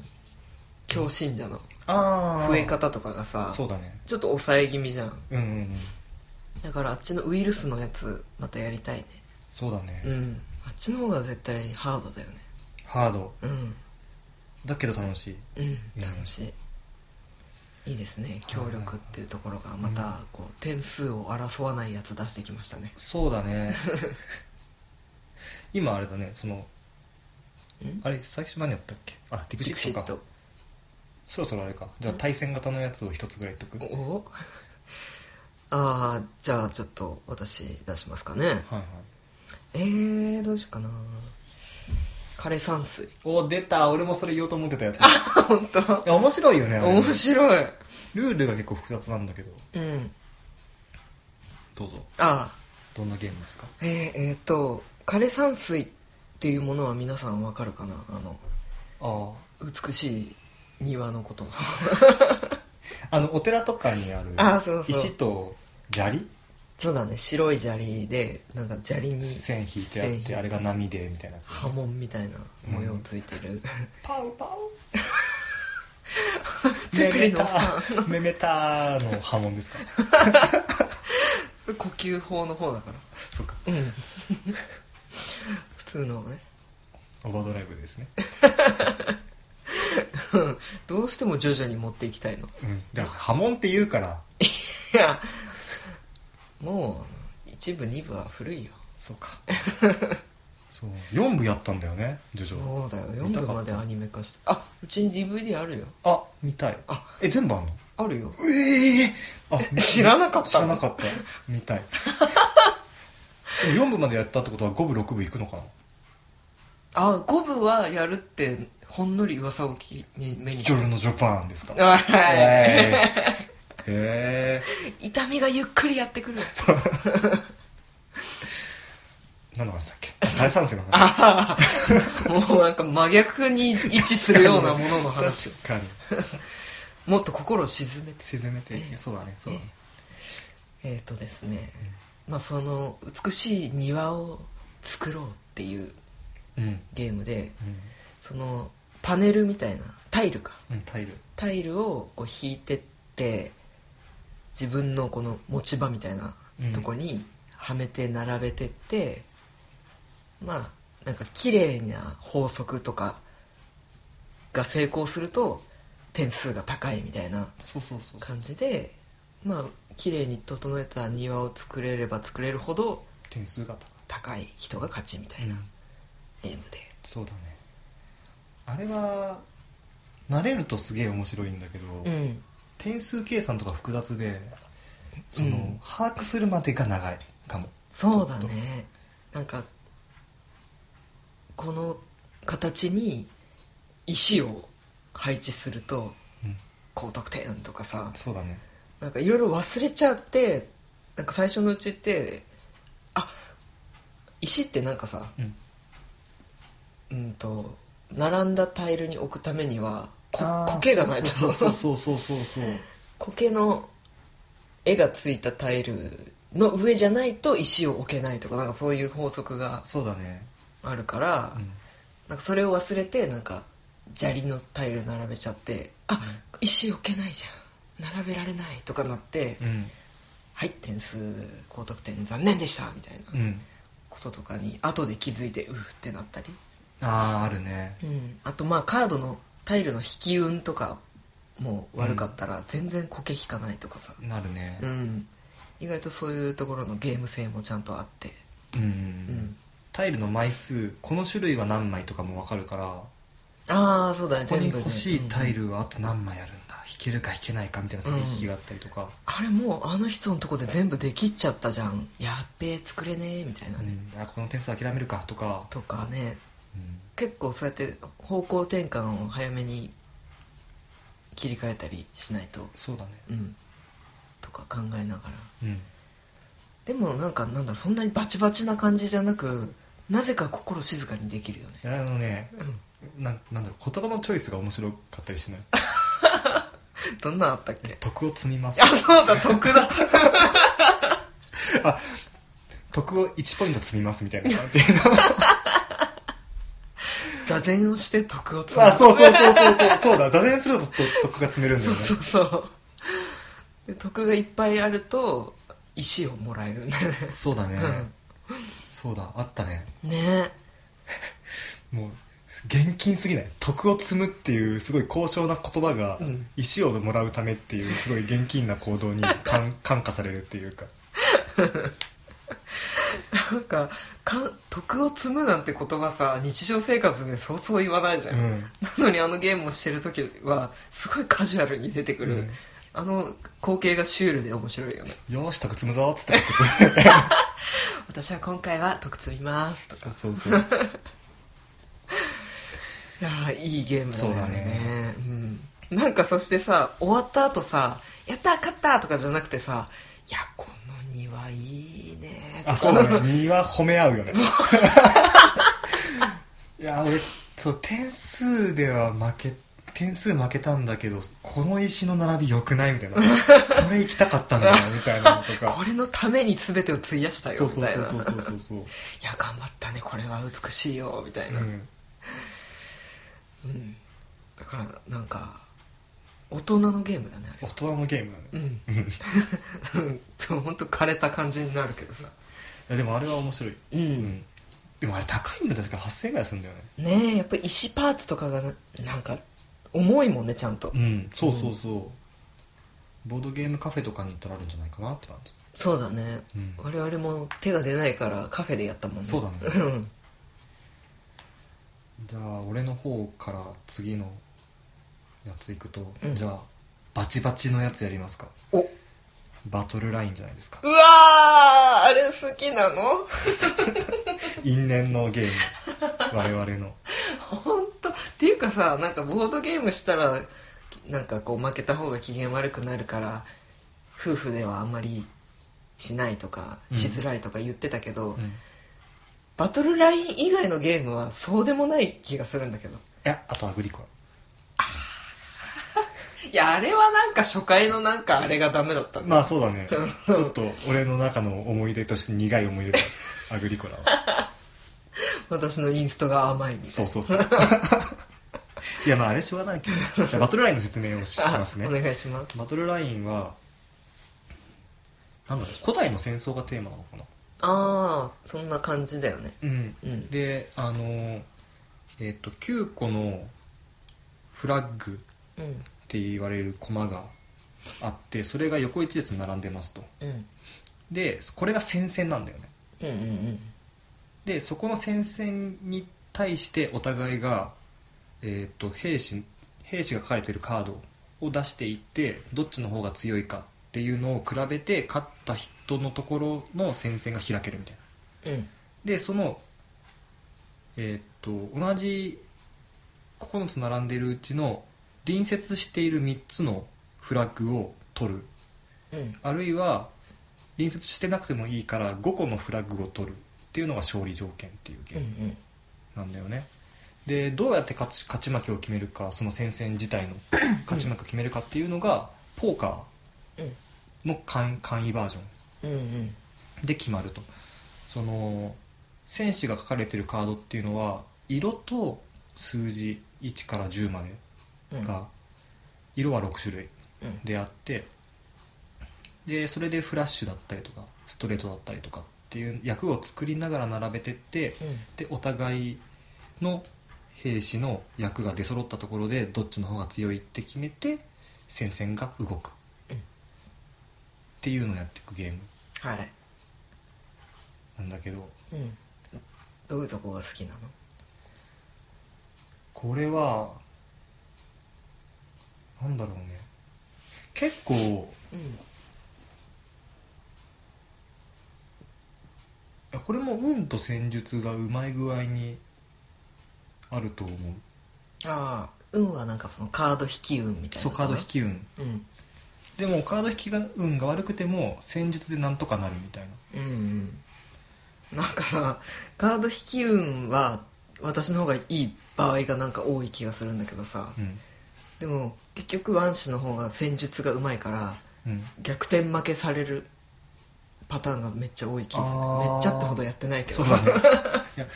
[SPEAKER 1] 強信者の
[SPEAKER 2] ああ
[SPEAKER 1] 増え方とかがさ
[SPEAKER 2] そうだね
[SPEAKER 1] ちょっと抑え気味じゃん
[SPEAKER 2] うんうんうん
[SPEAKER 1] だからあっちのウイルスのやつまたやりたいね
[SPEAKER 2] そうだね、
[SPEAKER 1] うんあっちの方が絶対ハードだよね
[SPEAKER 2] ハード
[SPEAKER 1] うん
[SPEAKER 2] だけど楽しい
[SPEAKER 1] うん楽しいいいですね協力っていうところがまたこう点数を争わないやつ出してきましたね
[SPEAKER 2] そう
[SPEAKER 1] [laughs]
[SPEAKER 2] だね今あれだねその
[SPEAKER 1] ん
[SPEAKER 2] あれ最初何やったっけあディクシ
[SPEAKER 1] ピクシ
[SPEAKER 2] ット
[SPEAKER 1] ッ
[SPEAKER 2] か
[SPEAKER 1] と
[SPEAKER 2] そろそろあれかじゃあ対戦型のやつを一つぐらい言っとく
[SPEAKER 1] お
[SPEAKER 2] はい
[SPEAKER 1] おああじゃあちょっと私出しますかね
[SPEAKER 2] はい
[SPEAKER 1] えー、どうしようかな枯山水
[SPEAKER 2] お出た俺もそれ言おうと思ってたやつい
[SPEAKER 1] 本当
[SPEAKER 2] や面白いよねあれ
[SPEAKER 1] 面白い
[SPEAKER 2] ルールが結構複雑なんだけど
[SPEAKER 1] うん
[SPEAKER 2] どうぞ
[SPEAKER 1] ああ
[SPEAKER 2] どんなゲームですか
[SPEAKER 1] えー、えーと枯山水っていうものは皆さんわかるかなあの
[SPEAKER 2] あ
[SPEAKER 1] 美しい庭のこと [laughs]
[SPEAKER 2] ああのお寺とかにある
[SPEAKER 1] あそうそう
[SPEAKER 2] 石と砂利
[SPEAKER 1] そうだね白い砂利でなんか砂利に
[SPEAKER 2] 線引いてあっ
[SPEAKER 1] 線引
[SPEAKER 2] てあれが波でみたいなやつ
[SPEAKER 1] 波紋みたいな模様ついてる、
[SPEAKER 2] パウ
[SPEAKER 1] [laughs]
[SPEAKER 2] パウ
[SPEAKER 1] ゼ
[SPEAKER 2] め
[SPEAKER 1] クリ
[SPEAKER 2] め
[SPEAKER 1] のおったさ
[SPEAKER 2] [laughs] めめたの波
[SPEAKER 1] [laughs]
[SPEAKER 2] 紋ですか
[SPEAKER 1] これ呼吸法の方だから
[SPEAKER 2] そうか
[SPEAKER 1] うん普通のね
[SPEAKER 2] オーバードライブですね
[SPEAKER 1] うん [laughs] どうしても徐々に持っていきたいの
[SPEAKER 2] うんだから波紋って言うから
[SPEAKER 1] いやもう一部二部は古いよ
[SPEAKER 2] そう
[SPEAKER 1] [laughs]
[SPEAKER 2] かそう4部やったんだよねジョジョ
[SPEAKER 1] そうだよ
[SPEAKER 2] 見た
[SPEAKER 1] 4
[SPEAKER 2] かった
[SPEAKER 1] 部までアニメ化してあうちに DVD あるよ
[SPEAKER 2] あ見たい
[SPEAKER 1] あ
[SPEAKER 2] え全部あんの
[SPEAKER 1] あるよ
[SPEAKER 2] ええあ
[SPEAKER 1] [laughs] 知らなかった
[SPEAKER 2] 知らなかった見た
[SPEAKER 1] [laughs]
[SPEAKER 2] いでも4部までやったってことは5部6部いくのかな
[SPEAKER 1] あ五5部はやるってほんのり噂をき目目に
[SPEAKER 2] ジョルのジョパンですか
[SPEAKER 1] は
[SPEAKER 2] えー、
[SPEAKER 1] い
[SPEAKER 2] え
[SPEAKER 1] [laughs] 痛みがゆっくりやってくる
[SPEAKER 2] ー、何の話だっけ枯山水の話
[SPEAKER 1] ああもうなんか真逆に位置するようなものの話
[SPEAKER 2] [laughs] 確かに
[SPEAKER 1] もっと心を沈めて
[SPEAKER 2] 沈めていけそうだねそうだね
[SPEAKER 1] えーとですね、まあ、その美しい庭を作ろうっていう
[SPEAKER 2] うん
[SPEAKER 1] ゲームで
[SPEAKER 2] うん
[SPEAKER 1] そのパネルみたいなタイルか
[SPEAKER 2] うんタイル
[SPEAKER 1] タイルをこう引いてって自分のこの持ち場みたいなとこにはめて並べてって、まあなんか綺麗な法則とかが成功すると点数が高いみたいな
[SPEAKER 2] そうそうそう
[SPEAKER 1] 感じでまあ綺麗に整えた庭を作れれば作れるほど
[SPEAKER 2] 点数が高
[SPEAKER 1] 高い人が勝ちみた
[SPEAKER 2] い、
[SPEAKER 1] いなゲームで、
[SPEAKER 2] そうだねあれは慣れるとすげえ面白いんだけど、
[SPEAKER 1] うん、
[SPEAKER 2] 点数計算とか複雑でその、
[SPEAKER 1] うん
[SPEAKER 2] 把握するまでが長いかも
[SPEAKER 1] そうだねなんかこの形に石を配置すると
[SPEAKER 2] うん
[SPEAKER 1] 高得点とかさ
[SPEAKER 2] そうだね
[SPEAKER 1] なんかいろいろ忘れちゃってなんか最初のうちってあ石ってなんかさ
[SPEAKER 2] うん
[SPEAKER 1] うんと並んだタイルに置くためにはこ苔がないと
[SPEAKER 2] そうそうそうそうそうそう
[SPEAKER 1] [laughs] 苔の絵がついたタイルの上じゃないと石を置けないとかなんかそういう法則が
[SPEAKER 2] そうだね、
[SPEAKER 1] あるから、
[SPEAKER 2] うん
[SPEAKER 1] なんかそれを忘れてなんか砂利のタイル並べちゃってあ石置けないじゃん並べられないとかなって、
[SPEAKER 2] うん
[SPEAKER 1] はい点数高得点残念でしたみたいな
[SPEAKER 2] うん、
[SPEAKER 1] こととかに後で気づいてうーってなったり、
[SPEAKER 2] あああるね
[SPEAKER 1] うん、あとまあカードのタイルの引き運とかも悪かったら全然苔引かないとかさ、
[SPEAKER 2] なるね
[SPEAKER 1] うん、意外とそういうところのゲーム性もちゃんとあって、
[SPEAKER 2] うん、
[SPEAKER 1] うん、
[SPEAKER 2] タイルの枚数この種類は何枚とかも分かるから
[SPEAKER 1] ああそうだね
[SPEAKER 2] ここに
[SPEAKER 1] 全部ね
[SPEAKER 2] 欲しいタイ
[SPEAKER 1] うん
[SPEAKER 2] ルはあと何枚あるんだ引けるか引けないかみたいな取引があったりとか、
[SPEAKER 1] あれもうあの人のとこで全部できっちゃったじゃんやっべえ作れねえみたいな
[SPEAKER 2] う
[SPEAKER 1] ね、
[SPEAKER 2] んあこの点数諦めるかとか、
[SPEAKER 1] とかね
[SPEAKER 2] うん
[SPEAKER 1] 結構そうやって方向転換を早めに切り替えたりしないと
[SPEAKER 2] そうだね
[SPEAKER 1] うんとか考えながら
[SPEAKER 2] うん
[SPEAKER 1] でもなんかなんだろうそんなにバチバチな感じじゃなくなぜか心静かにできるよね
[SPEAKER 2] いやあのね、なんなんだろう言葉のチョイスが面白かったりしない
[SPEAKER 1] [laughs] どんなのあったっけ
[SPEAKER 2] 徳を積みま
[SPEAKER 1] [laughs]
[SPEAKER 2] す
[SPEAKER 1] あそうだ得だ
[SPEAKER 2] 徳を1ポイント積みますみたいな感じ
[SPEAKER 1] [laughs] 座禅をして得を積む
[SPEAKER 2] [laughs] あ [laughs] そうそうそうそうそうそうだ座禅するとと徳が積めるんだよね
[SPEAKER 1] そうそうそうで徳がいっぱいあると石をもらえるんだよね
[SPEAKER 2] そうだね、
[SPEAKER 1] うん
[SPEAKER 2] そうだあったね
[SPEAKER 1] ね
[SPEAKER 2] もう現金すぎない徳を積むっていうすごい高尚な言葉が、
[SPEAKER 1] うん
[SPEAKER 2] 石をもらうためっていうすごい現金な行動に [laughs] 感感化されるっていうか
[SPEAKER 1] なんかかん徳を積むなんて言葉さ日常生活でそうそう言わないじゃ、
[SPEAKER 2] うんん
[SPEAKER 1] なのにあのゲームをしてる時はすごいカジュアルに出てくる、
[SPEAKER 2] うん
[SPEAKER 1] あの光景がシュールで面白いよね
[SPEAKER 2] よーし徳積むぞーっつって
[SPEAKER 1] 私は今回は徳積みますとか
[SPEAKER 2] [laughs] そうそう
[SPEAKER 1] いやーいいゲームだよね
[SPEAKER 2] そうだね
[SPEAKER 1] うん、なんかそしてさ終わった後さ「やった勝った!」とかじゃなくてさ「いやこの庭いいね」
[SPEAKER 2] あそうだね庭褒め合うよね [laughs] いや俺そう点数では負け点数負けたんだけどこの石の並び良くないみたい [laughs] なこれ行きたかったんだよみたいなのと
[SPEAKER 1] こ
[SPEAKER 2] か
[SPEAKER 1] れのために全てを費やしたよ
[SPEAKER 2] そう
[SPEAKER 1] み
[SPEAKER 2] そう
[SPEAKER 1] たい
[SPEAKER 2] そ
[SPEAKER 1] な
[SPEAKER 2] うそうそ
[SPEAKER 1] いう
[SPEAKER 2] そうそう
[SPEAKER 1] や頑張ったねこれは美しいよみたいうな、
[SPEAKER 2] ん
[SPEAKER 1] うんだからなんか大人のゲームだねあ
[SPEAKER 2] 大人のゲームだね
[SPEAKER 1] れうん
[SPEAKER 2] うん
[SPEAKER 1] [laughs] ちょっと枯れた感じになるけどさ
[SPEAKER 2] いやでもあれは面白い、
[SPEAKER 1] うん
[SPEAKER 2] うんでもあれ高いんだよ確か8000円ぐらいするんだよね
[SPEAKER 1] ねえやっぱり石パーツとかがななんか重いもんねちゃんと、
[SPEAKER 2] んそうそうそう、ボードゲームカフェとかに行ったらあるんじゃないかなって感じ、
[SPEAKER 1] そうだね、
[SPEAKER 2] うん
[SPEAKER 1] 我々も手が出ないからカフェでやったもんね
[SPEAKER 2] そうだね
[SPEAKER 1] ん
[SPEAKER 2] じゃあ俺の方から次のやつ行くと、
[SPEAKER 1] うん
[SPEAKER 2] じゃあバチバチのやつやりますか
[SPEAKER 1] おう
[SPEAKER 2] バトルラインじゃないですか
[SPEAKER 1] わーあれ好きなの
[SPEAKER 2] 因縁のゲー
[SPEAKER 1] [laughs]
[SPEAKER 2] ム我々の
[SPEAKER 1] 本当っていうかさなんかボードゲームしたらなんかこう負けた方が機嫌悪くなるから夫婦ではあんまりしないとか
[SPEAKER 2] うん
[SPEAKER 1] しづらいとか言ってたけど、
[SPEAKER 2] うんい
[SPEAKER 1] バトルライン以外のゲームはそうでもない気がするんだけど
[SPEAKER 2] やあとアグリコラ
[SPEAKER 1] いやあれはなんか初回のなんかあれがダメだったんだ
[SPEAKER 2] まあそうだねちょっと俺の中の思い出として苦い思い出だアグリコラは
[SPEAKER 1] 私のインストが甘いみたいな
[SPEAKER 2] そうそうそう [laughs] いやまああれしょうがないけどじゃあバトルラインの説明をし
[SPEAKER 1] あ
[SPEAKER 2] ますね
[SPEAKER 1] お願いします
[SPEAKER 2] バトルラインはなんだろう古代の戦争がテーマなのかな
[SPEAKER 1] ああそんな感じだよね
[SPEAKER 2] うん
[SPEAKER 1] うん
[SPEAKER 2] であのえっ、と9個のフラッグ
[SPEAKER 1] うん
[SPEAKER 2] っって言われる駒があってそれが横一列に並んでますと
[SPEAKER 1] うん
[SPEAKER 2] でこれが戦線なんだよね
[SPEAKER 1] うんうんうん
[SPEAKER 2] でそこの戦線に対してお互いが、えー、と兵士兵士が書かれてるカードを出していってどっちの方が強いかっていうのを比べて勝った人のところの戦線が開けるみたいな
[SPEAKER 1] うん
[SPEAKER 2] でそのえー、と同じ9つ並んでるうちの隣接している3つのフラッグを取る
[SPEAKER 1] うん
[SPEAKER 2] あるいは隣接してなくてもいいから5個のフラッグを取るっていうのが勝利条件っていうゲー
[SPEAKER 1] う
[SPEAKER 2] ム
[SPEAKER 1] ん
[SPEAKER 2] なんだよねでどうやって勝ち勝ち負けを決めるかその戦線
[SPEAKER 1] [clears throat]
[SPEAKER 2] 自体の勝ち負けを決めるかっていうのがポーカ
[SPEAKER 1] うん
[SPEAKER 2] ーの簡簡易バージ
[SPEAKER 1] う
[SPEAKER 2] ョ
[SPEAKER 1] んうん
[SPEAKER 2] ンで決まるとその戦士が書かれてるカードっていうのは色と数字1から10ま
[SPEAKER 1] う
[SPEAKER 2] で
[SPEAKER 1] ん
[SPEAKER 2] が、色は6種類
[SPEAKER 1] うん
[SPEAKER 2] であってでそれでフラッシュだったりとかストレートだったりとかっていう役を作りながら並べてって
[SPEAKER 1] うん
[SPEAKER 2] でお互いの兵士の役が出揃ったところでどっちの方が強いって決めて戦線が動くっ
[SPEAKER 1] うん
[SPEAKER 2] ていうのをやっていくゲーム
[SPEAKER 1] はい
[SPEAKER 2] なんだけど
[SPEAKER 1] うんどういうとこが好きなの
[SPEAKER 2] これはなんだろうね結構
[SPEAKER 1] うん
[SPEAKER 2] いやこれも運と戦術がうまい具合にあると思う
[SPEAKER 1] ああ運はなんかそのカード引き運みたいな
[SPEAKER 2] そうカード引き運
[SPEAKER 1] うん
[SPEAKER 2] でもカード引きが運が悪くても戦術でなんとかなるみたいな
[SPEAKER 1] うんうんなんかさカード引き運は私の方がいい場合がなんか多い気がするんだけどさ、
[SPEAKER 2] うん
[SPEAKER 1] でも結局ワン氏の方が戦術がうまいから
[SPEAKER 2] うん
[SPEAKER 1] 逆転負けされるパターンがめっちゃ多い気がする
[SPEAKER 2] あー
[SPEAKER 1] めっちゃってほどやってないけ
[SPEAKER 2] そ
[SPEAKER 1] ど
[SPEAKER 2] う
[SPEAKER 1] [laughs]
[SPEAKER 2] だねいやそうだね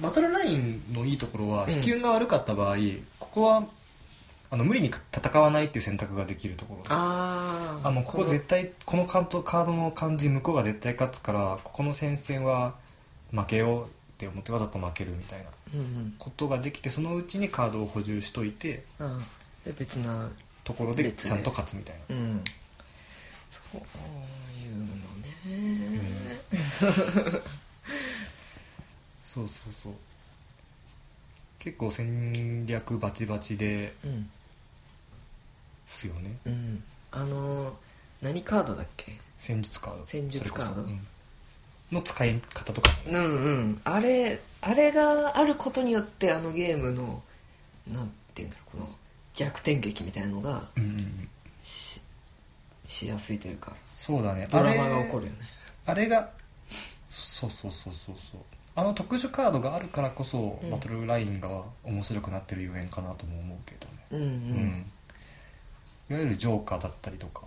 [SPEAKER 2] バトルラインのいいところは
[SPEAKER 1] うん
[SPEAKER 2] 引き運が悪かった場合、ここはあの無理に戦わないっていう選択ができるところ
[SPEAKER 1] ああ
[SPEAKER 2] あもうここ絶対このカントカードの感じ向こうが絶対勝つからここの戦線は負けようって思ってわざと負けるみたいな
[SPEAKER 1] うんうん
[SPEAKER 2] ことができてそのうちにカードを補充しといて
[SPEAKER 1] うんで別な
[SPEAKER 2] ところで
[SPEAKER 1] 別ね
[SPEAKER 2] ちゃんと勝つみたいな
[SPEAKER 1] うんそういうのね、
[SPEAKER 2] そうそうそう結構戦略バチバチで
[SPEAKER 1] うん
[SPEAKER 2] すよね
[SPEAKER 1] うんあのー何カードだっけ
[SPEAKER 2] 戦術カード
[SPEAKER 1] 戦術カード
[SPEAKER 2] それこそうんの使い方とか
[SPEAKER 1] うんうんあれあれがあることによってあのゲームのなんて言うんだろうこの逆転劇みたいのが
[SPEAKER 2] うんうんうん
[SPEAKER 1] ししやすいというか
[SPEAKER 2] そうだね
[SPEAKER 1] ドラマが起こるよね
[SPEAKER 2] あれがそうそうそうそうそうあの特殊カードがあるからこそ、
[SPEAKER 1] うん
[SPEAKER 2] バトルラインが面白くなってるゆえんかなとも思うけどね
[SPEAKER 1] うんう
[SPEAKER 2] うん
[SPEAKER 1] ん、
[SPEAKER 2] いわゆるジョーカーだったりとか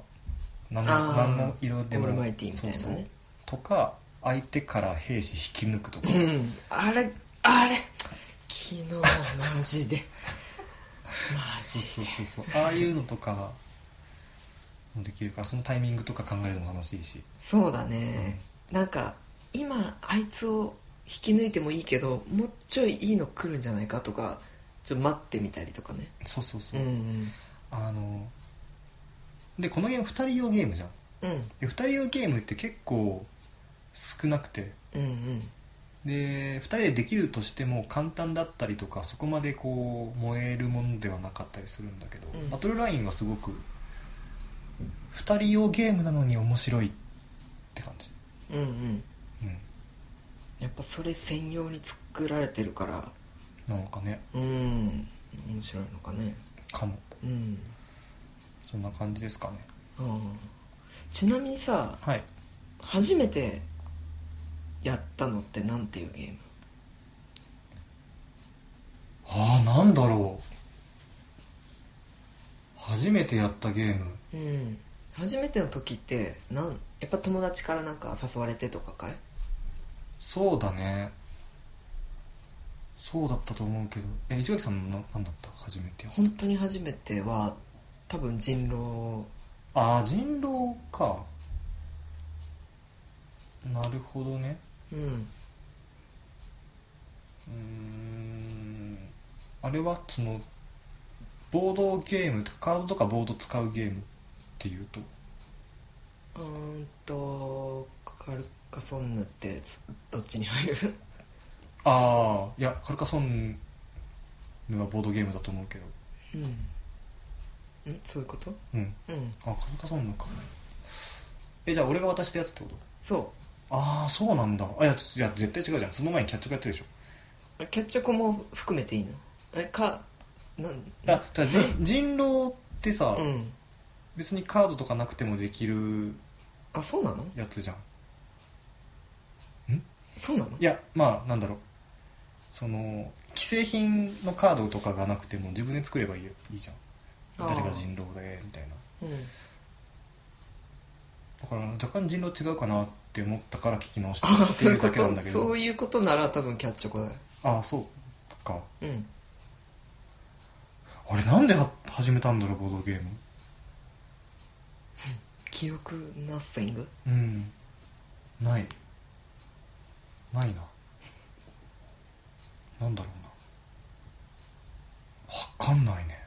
[SPEAKER 2] 何
[SPEAKER 1] あ
[SPEAKER 2] の
[SPEAKER 1] ー
[SPEAKER 2] 何の色でも
[SPEAKER 1] オールマイティみたいなね
[SPEAKER 2] そうそうとか相手から兵士引き抜くとか、
[SPEAKER 1] うんあれあれ昨日マジでマジ
[SPEAKER 2] そうそうそうそうああいうのとかもできるからそのタイミングとか考えるのも楽しいし
[SPEAKER 1] そうだね、なんか今あいつを引き抜いてもいいけどもうちょいいいの来るんじゃないかとかちょっと待ってみたりとかね
[SPEAKER 2] そうそうそうう、
[SPEAKER 1] んうん
[SPEAKER 2] あのでこのゲーム2人用ゲームじゃん
[SPEAKER 1] うん
[SPEAKER 2] で2人用ゲームって結構少なくて
[SPEAKER 1] うんうん
[SPEAKER 2] で2人でできるとしても簡単だったりとかそこまでこう燃えるものではなかったりするんだけど、
[SPEAKER 1] うん
[SPEAKER 2] バトルラインはすごく2人用ゲームなのに面白いって感じ、
[SPEAKER 1] うんうん
[SPEAKER 2] うん、
[SPEAKER 1] やっぱそれ専用に作られてるから
[SPEAKER 2] なのかね
[SPEAKER 1] うん面白いのかね
[SPEAKER 2] かも
[SPEAKER 1] うん
[SPEAKER 2] そんな感じですかね
[SPEAKER 1] うんちなみにさ
[SPEAKER 2] はい
[SPEAKER 1] 初めてやったのってなんていうゲーム
[SPEAKER 2] ああなんだろう初めてやったゲーム
[SPEAKER 1] うん初めての時ってなんやっぱ友達からなんか誘われてとかかい
[SPEAKER 2] そうだねそうだったと思うけどえ市垣さんのな何だった初めては
[SPEAKER 1] 本当に初めては多分人狼
[SPEAKER 2] ああ人狼かなるほどね
[SPEAKER 1] うん
[SPEAKER 2] うーんあれはそのボードゲームとかカードとかボード使うゲームっていうと
[SPEAKER 1] うーんとカルカソンヌってどっちに入る
[SPEAKER 2] ああいやカルカソンヌはボードゲームだと思うけど
[SPEAKER 1] うんんそういうこと
[SPEAKER 2] うん
[SPEAKER 1] うん
[SPEAKER 2] あカルカソンヌかえじゃあ俺が渡したやつってこと
[SPEAKER 1] そ
[SPEAKER 2] ああそうなんだあいやいや絶対違うじゃんその前にキャッチョコやってるでしょ
[SPEAKER 1] うキャッチョコも含めていいのえかなん
[SPEAKER 2] いやだ
[SPEAKER 1] [laughs]
[SPEAKER 2] から人人狼ってさ、
[SPEAKER 1] うん
[SPEAKER 2] 別にカードとかなくてもできる
[SPEAKER 1] あそうなの
[SPEAKER 2] やつじゃん
[SPEAKER 1] そうなの
[SPEAKER 2] いやまあなんだろうその既製品のカードとかがなくても自分で作ればいいいいじゃ
[SPEAKER 1] あ
[SPEAKER 2] ん
[SPEAKER 1] ー
[SPEAKER 2] 誰が人狼でみたいな
[SPEAKER 1] うん
[SPEAKER 2] だから若干人狼違うかなって思ったから聞き直した
[SPEAKER 1] ああ
[SPEAKER 2] って
[SPEAKER 1] そうい
[SPEAKER 2] い
[SPEAKER 1] う
[SPEAKER 2] う
[SPEAKER 1] こ
[SPEAKER 2] だけなん
[SPEAKER 1] と
[SPEAKER 2] だけど
[SPEAKER 1] そういうことなら多分キャッチョコだよ
[SPEAKER 2] ああそうか
[SPEAKER 1] うん
[SPEAKER 2] あれなんでは始めたんだろうボードゲーム
[SPEAKER 1] 記憶ナッシング
[SPEAKER 2] うんないないななんだろうなわかんないね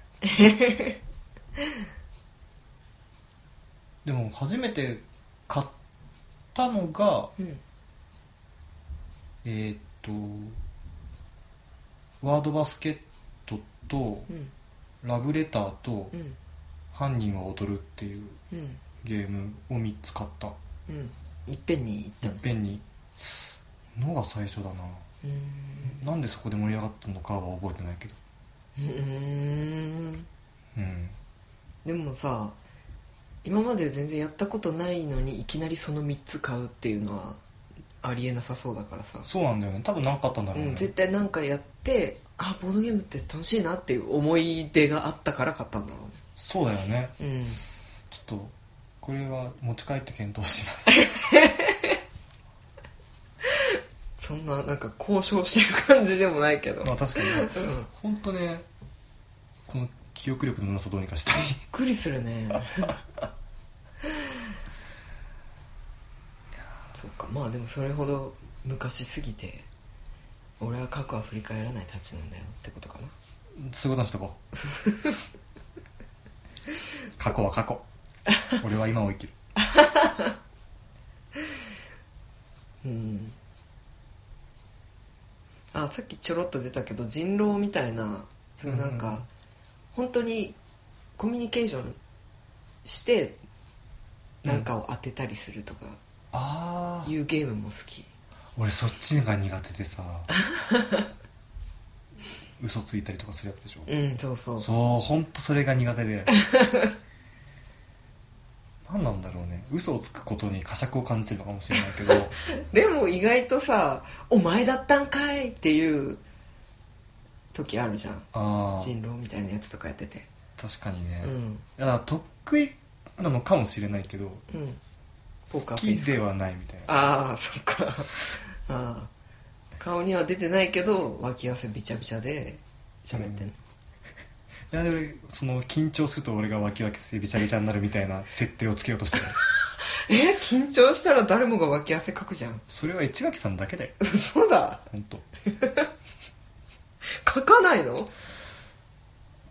[SPEAKER 2] でも初めて買ったのが
[SPEAKER 1] うん
[SPEAKER 2] えーっとワードバスケットと
[SPEAKER 1] うん
[SPEAKER 2] ラブレターと
[SPEAKER 1] うん
[SPEAKER 2] 「犯人は踊る」っていう
[SPEAKER 1] うん
[SPEAKER 2] ゲームを3つ買った
[SPEAKER 1] うんいっぺんに行っ
[SPEAKER 2] い
[SPEAKER 1] た
[SPEAKER 2] っ
[SPEAKER 1] ね
[SPEAKER 2] ぺんにのが最初だな
[SPEAKER 1] うーん
[SPEAKER 2] なんでそこで盛り上がったのかは覚えてないけど
[SPEAKER 1] うーん
[SPEAKER 2] うん
[SPEAKER 1] でもさ今まで全然やったことないのにいきなりその3つ買うっていうのはありえなさそうだからさ、
[SPEAKER 2] そうなんだよね多分何かあったんだ
[SPEAKER 1] う
[SPEAKER 2] ろうね、
[SPEAKER 1] ん、絶対なんかやってあボードゲームって楽しいなっていう思い出があったから買ったんだろ
[SPEAKER 2] そうだよね
[SPEAKER 1] うね
[SPEAKER 2] ちょっとこれは持ち帰って検討します
[SPEAKER 1] うんそんななんか交渉してる感じでもないけど、
[SPEAKER 2] まあ確かにね
[SPEAKER 1] うん、びっ
[SPEAKER 2] 本当ねこの記憶力のなさどうにかしたい
[SPEAKER 1] くりする
[SPEAKER 2] [laughs]
[SPEAKER 1] ねそっかまあでもそれほど昔すぎて俺は過去は振り返らないたちなんだよってことかな
[SPEAKER 2] そういうことにしとこう過去は過去俺は今を生きる
[SPEAKER 1] うんあさっきちょろっと出たけど人狼みたいなそういうなんか、
[SPEAKER 2] うんうん
[SPEAKER 1] 本当にコミュニケーションしてなんかを当てたりするとか
[SPEAKER 2] ああ
[SPEAKER 1] いうゲームも好き
[SPEAKER 2] 俺そっちが苦手でさ嘘ついたりとかするやつでしょ
[SPEAKER 1] うんそうそう
[SPEAKER 2] そう本当それが苦手で [laughs] 何なんだろうね嘘をつくことに呵責を感じてるのかもしれないけ
[SPEAKER 1] [laughs]
[SPEAKER 2] ど
[SPEAKER 1] でも意外とさ「お前だったんかい!」っていう時あるじゃん
[SPEAKER 2] ああ
[SPEAKER 1] 人狼みたいなやつとかやってて
[SPEAKER 2] 確かにね、
[SPEAKER 1] う
[SPEAKER 2] い
[SPEAKER 1] ん
[SPEAKER 2] やだから得意なのかもしれないけど
[SPEAKER 1] うんポーカ
[SPEAKER 2] 好
[SPEAKER 1] ーフェ
[SPEAKER 2] き
[SPEAKER 1] イス
[SPEAKER 2] ではないみたいな
[SPEAKER 1] ああそっかああ顔には出てないけど脇汗びちゃびちゃで喋ってんの、
[SPEAKER 2] いやでその緊張すると俺がワキワキしてびちゃびちゃになるみたいな設定をつけようと
[SPEAKER 1] [laughs]
[SPEAKER 2] してる
[SPEAKER 1] え緊張したら誰もが脇汗かくじゃん
[SPEAKER 2] それは市垣さんだけだよ
[SPEAKER 1] 嘘だ
[SPEAKER 2] 本当。
[SPEAKER 1] かかないの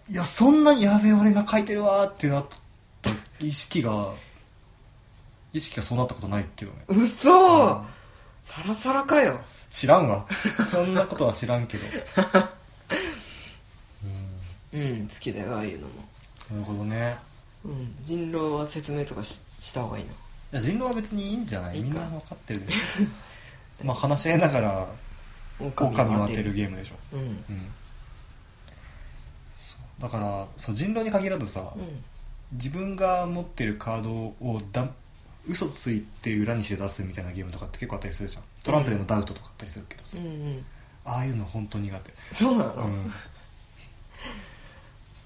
[SPEAKER 2] いやそんなにやべえ俺が書いてるわーってなった意識が意識がそうなったことないけどね
[SPEAKER 1] 嘘、
[SPEAKER 2] うん
[SPEAKER 1] サラサラかよ
[SPEAKER 2] 知らんわ [laughs] そんなことは知らんけど
[SPEAKER 1] うん好きだよああいうのも、
[SPEAKER 2] なるほどね
[SPEAKER 1] うん、人狼は説明とかしした方がいいない
[SPEAKER 2] や人狼は別にいいんじゃない
[SPEAKER 1] いいか
[SPEAKER 2] みんな分かってるでしょまあ話し合いながら
[SPEAKER 1] 狼
[SPEAKER 2] 狼を当てるゲームでしょ、
[SPEAKER 1] うんうん
[SPEAKER 2] うん、そうだからそう人狼に限らずさ、自分が持ってるカードをだ嘘ついて裏にして出すみたいなゲームとかって結構あったりするじゃんトランプでもダウトとかあったりするけどさ、
[SPEAKER 1] うんうん
[SPEAKER 2] ああいうの本当苦
[SPEAKER 1] そうなの、
[SPEAKER 2] 手、う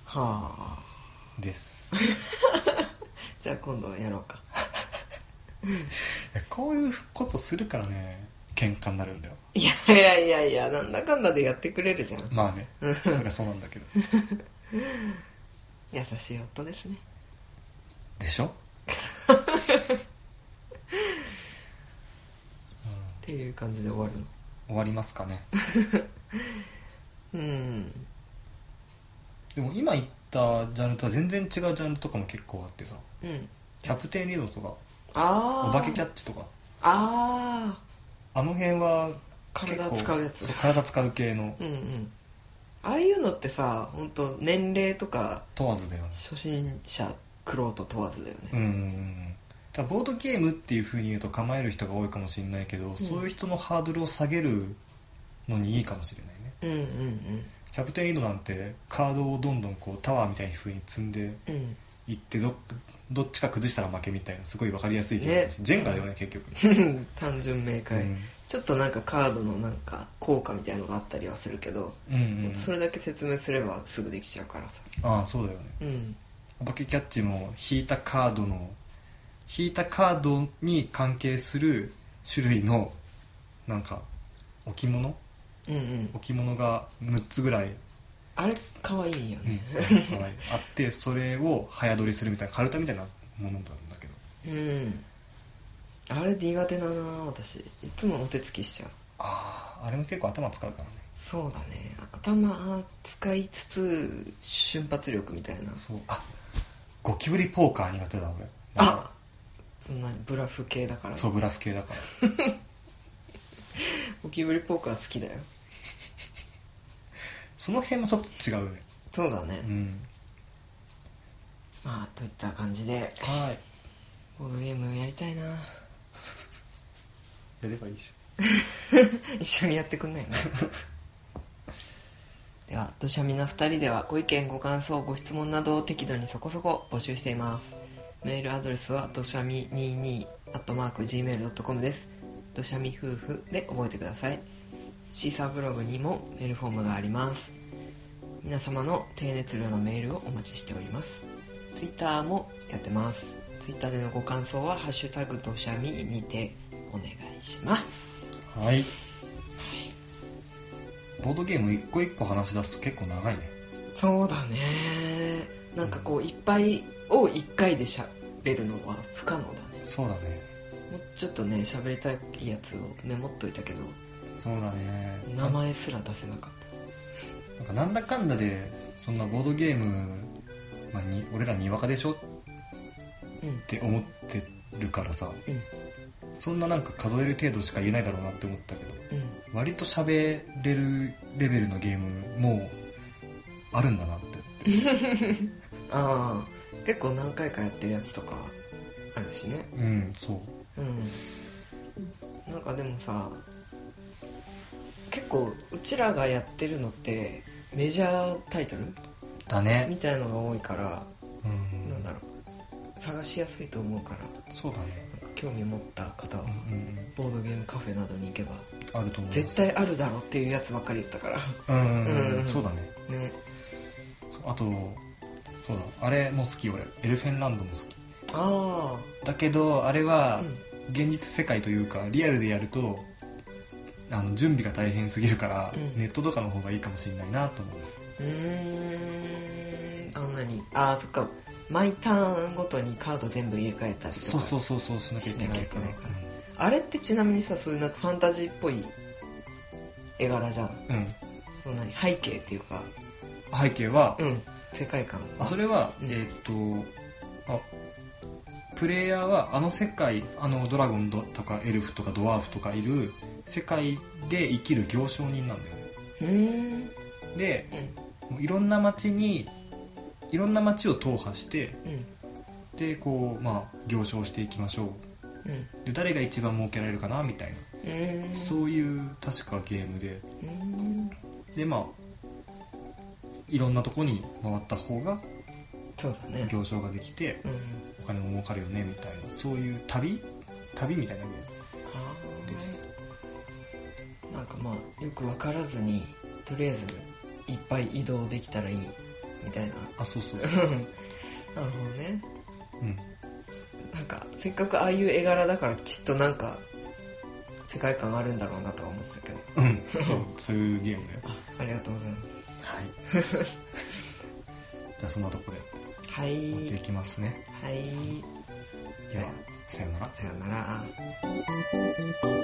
[SPEAKER 1] は
[SPEAKER 2] ん、
[SPEAKER 1] あ
[SPEAKER 2] です
[SPEAKER 1] じゃあ今度やろうか
[SPEAKER 2] いやこういうことするからね喧嘩になるんだよ
[SPEAKER 1] いやいやいやいやなんだかんだでやってくれるじゃん
[SPEAKER 2] まあねそれはそうなんだけど
[SPEAKER 1] 優しい夫ですね
[SPEAKER 2] でしょ
[SPEAKER 1] っていう感じで終わるの
[SPEAKER 2] 終わりますかね
[SPEAKER 1] うん
[SPEAKER 2] でも今言ったジャンルとは全然違うジャンルとかも結構あってさ
[SPEAKER 1] うん
[SPEAKER 2] キャプテンリードとか
[SPEAKER 1] ああ
[SPEAKER 2] お化けキャッチとか
[SPEAKER 1] ああ
[SPEAKER 2] あの辺は結構
[SPEAKER 1] 体使うやつ
[SPEAKER 2] そう体使う系の
[SPEAKER 1] うんうんああいうのってさ本当年齢とか
[SPEAKER 2] 問わずだよね
[SPEAKER 1] 初心者苦労と問わずだよね
[SPEAKER 2] うんうんうんただボードゲームっていうふうに言うと構える人が多いかもしれないけど、そういう人のハードルを下げるのにいいかもしれないね
[SPEAKER 1] うんうん
[SPEAKER 2] キャプテンリードなんてカードをどんどんこうタワーみたいなふうに積んで
[SPEAKER 1] うんうん
[SPEAKER 2] いってどっどっちか崩したら負けみたいなすごい分かりやすいゲームだし、
[SPEAKER 1] ね
[SPEAKER 2] ジェンガだよね結局、 [laughs]
[SPEAKER 1] 単純明快、
[SPEAKER 2] うん
[SPEAKER 1] ちょっとなんかカードのなんか効果みたいのがあったりはするけど、
[SPEAKER 2] うんうん
[SPEAKER 1] それだけ説明すればすぐできちゃうからさ
[SPEAKER 2] ああそうだよね
[SPEAKER 1] うん
[SPEAKER 2] お化けキャッチも引いたカードの引いたカードに関係する種類のなんか置物
[SPEAKER 1] うんうん
[SPEAKER 2] 置物が6つぐらい、
[SPEAKER 1] あれかわいいよ
[SPEAKER 2] うん
[SPEAKER 1] ね [laughs]
[SPEAKER 2] はいあってそれを早取りするみたいなカルタみたいなものなんだけど
[SPEAKER 1] うん、あれ苦手だな私いつもお手つきしちゃう
[SPEAKER 2] あああれも結構頭使うからね
[SPEAKER 1] そうだね頭使いつつ瞬発力みたいな
[SPEAKER 2] そうあゴキブリポーカー苦手だ俺だ
[SPEAKER 1] あ
[SPEAKER 2] か
[SPEAKER 1] そんなブラフ系だからら
[SPEAKER 2] そうブラフ系だから
[SPEAKER 1] ゴキブリポーカー好きだよ
[SPEAKER 2] その辺もちょっと違うね
[SPEAKER 1] そうだね、
[SPEAKER 2] うん
[SPEAKER 1] まあといった感じで
[SPEAKER 2] はい
[SPEAKER 1] ボードゲームやりたいな
[SPEAKER 2] やればいいし
[SPEAKER 1] [laughs] 一緒にやってくんないかなでは「土砂みな2人」ではご意見ご感想ご質問などを適度にそこそこ募集していますメールアドレスはどしゃみ22 gmail.com ですどしゃみ夫婦で覚えてくださいシーサーブログにもメールフォームがあります皆様の低熱量のメールをお待ちしておりますツイッターもやってますツイッターでのご感想は「ハッシュタグどしゃみ」にてお願いします
[SPEAKER 2] はいボードゲーム一個一個話し出すと結構長いね
[SPEAKER 1] そうだねなんかこういっぱいを1回でしゃべるのは不可能だね
[SPEAKER 2] そうだね
[SPEAKER 1] もうちょっとね喋りたいやつをメモっといたけど
[SPEAKER 2] そうだね
[SPEAKER 1] 名前すら出せなかっ
[SPEAKER 2] なんかなんだかんだでそんなボードゲーム、まあ、に俺らにわかでしょった
[SPEAKER 1] うん
[SPEAKER 2] て思ってるからさ、
[SPEAKER 1] うん
[SPEAKER 2] そんななんか数える程度しか言えないだろうなって思ったけど
[SPEAKER 1] うん
[SPEAKER 2] 割と喋れるレベルのゲームもあるんだなって
[SPEAKER 1] ああ結構何回かやってるやつとかあるしね
[SPEAKER 2] うんそう
[SPEAKER 1] うんなんかでもさ結構うちらがやってるのってメジャータイトル
[SPEAKER 2] だ
[SPEAKER 1] み
[SPEAKER 2] ね
[SPEAKER 1] たいのが多いから
[SPEAKER 2] うん
[SPEAKER 1] なんだろう探しやすいと思うから
[SPEAKER 2] そうだね
[SPEAKER 1] なんか興味持った方は
[SPEAKER 2] うんうん
[SPEAKER 1] ボードゲームカフェなどに行けば
[SPEAKER 2] あると思います
[SPEAKER 1] 絶対あるだろうっていうやつばっかり言ったから [laughs]
[SPEAKER 2] うんうんうん、
[SPEAKER 1] うん
[SPEAKER 2] そうだね
[SPEAKER 1] ね
[SPEAKER 2] そうあとそうだあれも好き俺エルフェンランドも好き
[SPEAKER 1] あ
[SPEAKER 2] だけどあれ
[SPEAKER 1] あ
[SPEAKER 2] は、
[SPEAKER 1] うん
[SPEAKER 2] 現実世界というかリアルでやるとあの準備が大変すぎるから、
[SPEAKER 1] うん
[SPEAKER 2] ネットとかの方がいいかもしれないなと思う
[SPEAKER 1] うーんあの何あーそっか毎ターンごとにカード全部入れ替えたりとか
[SPEAKER 2] そうそうそうそうしなきゃいけないか
[SPEAKER 1] し
[SPEAKER 2] ら
[SPEAKER 1] なきゃいけないあれってちなみにさそういうなんかファンタジーっぽい絵柄じゃん
[SPEAKER 2] うんうん
[SPEAKER 1] その何背景っていうか
[SPEAKER 2] 背景は、
[SPEAKER 1] うん世界観
[SPEAKER 2] あそれは、
[SPEAKER 1] うん
[SPEAKER 2] えーっとあプレイヤーはあの世界あのドラゴンとかエルフとかドワーフとかいる世界で生きる行商人なんだよね
[SPEAKER 1] うーん
[SPEAKER 2] で
[SPEAKER 1] うん
[SPEAKER 2] いろんな町にいろんな町を踏破して
[SPEAKER 1] うん
[SPEAKER 2] でこうまあ行商していきましょ
[SPEAKER 1] うん
[SPEAKER 2] うで誰が一番儲けられるかなみたいな、
[SPEAKER 1] うーん
[SPEAKER 2] そういう確かゲームで
[SPEAKER 1] うーん
[SPEAKER 2] でまあいろんなとこに回った方が
[SPEAKER 1] そうだね
[SPEAKER 2] 行商ができて
[SPEAKER 1] うん
[SPEAKER 2] お金も儲かるよねみたいなそういう旅旅みたいなゲ
[SPEAKER 1] あ
[SPEAKER 2] ーム
[SPEAKER 1] あ
[SPEAKER 2] です
[SPEAKER 1] なんかまあよく分からずにとりあえずいっぱい移動できたらいいみたいな
[SPEAKER 2] あそう [laughs] そう、
[SPEAKER 1] なるほどね
[SPEAKER 2] うん、
[SPEAKER 1] なんかせっかくああいう絵柄だからきっとなんか世界観あるんだろうなとは思ってたけど
[SPEAKER 2] うんそうそういうゲームだよ
[SPEAKER 1] あありがとうございます
[SPEAKER 2] [laughs] はいじゃあそんなとこで
[SPEAKER 1] は
[SPEAKER 2] 持ってい
[SPEAKER 1] い
[SPEAKER 2] きますね
[SPEAKER 1] はい
[SPEAKER 2] ではさようなら
[SPEAKER 1] さよなら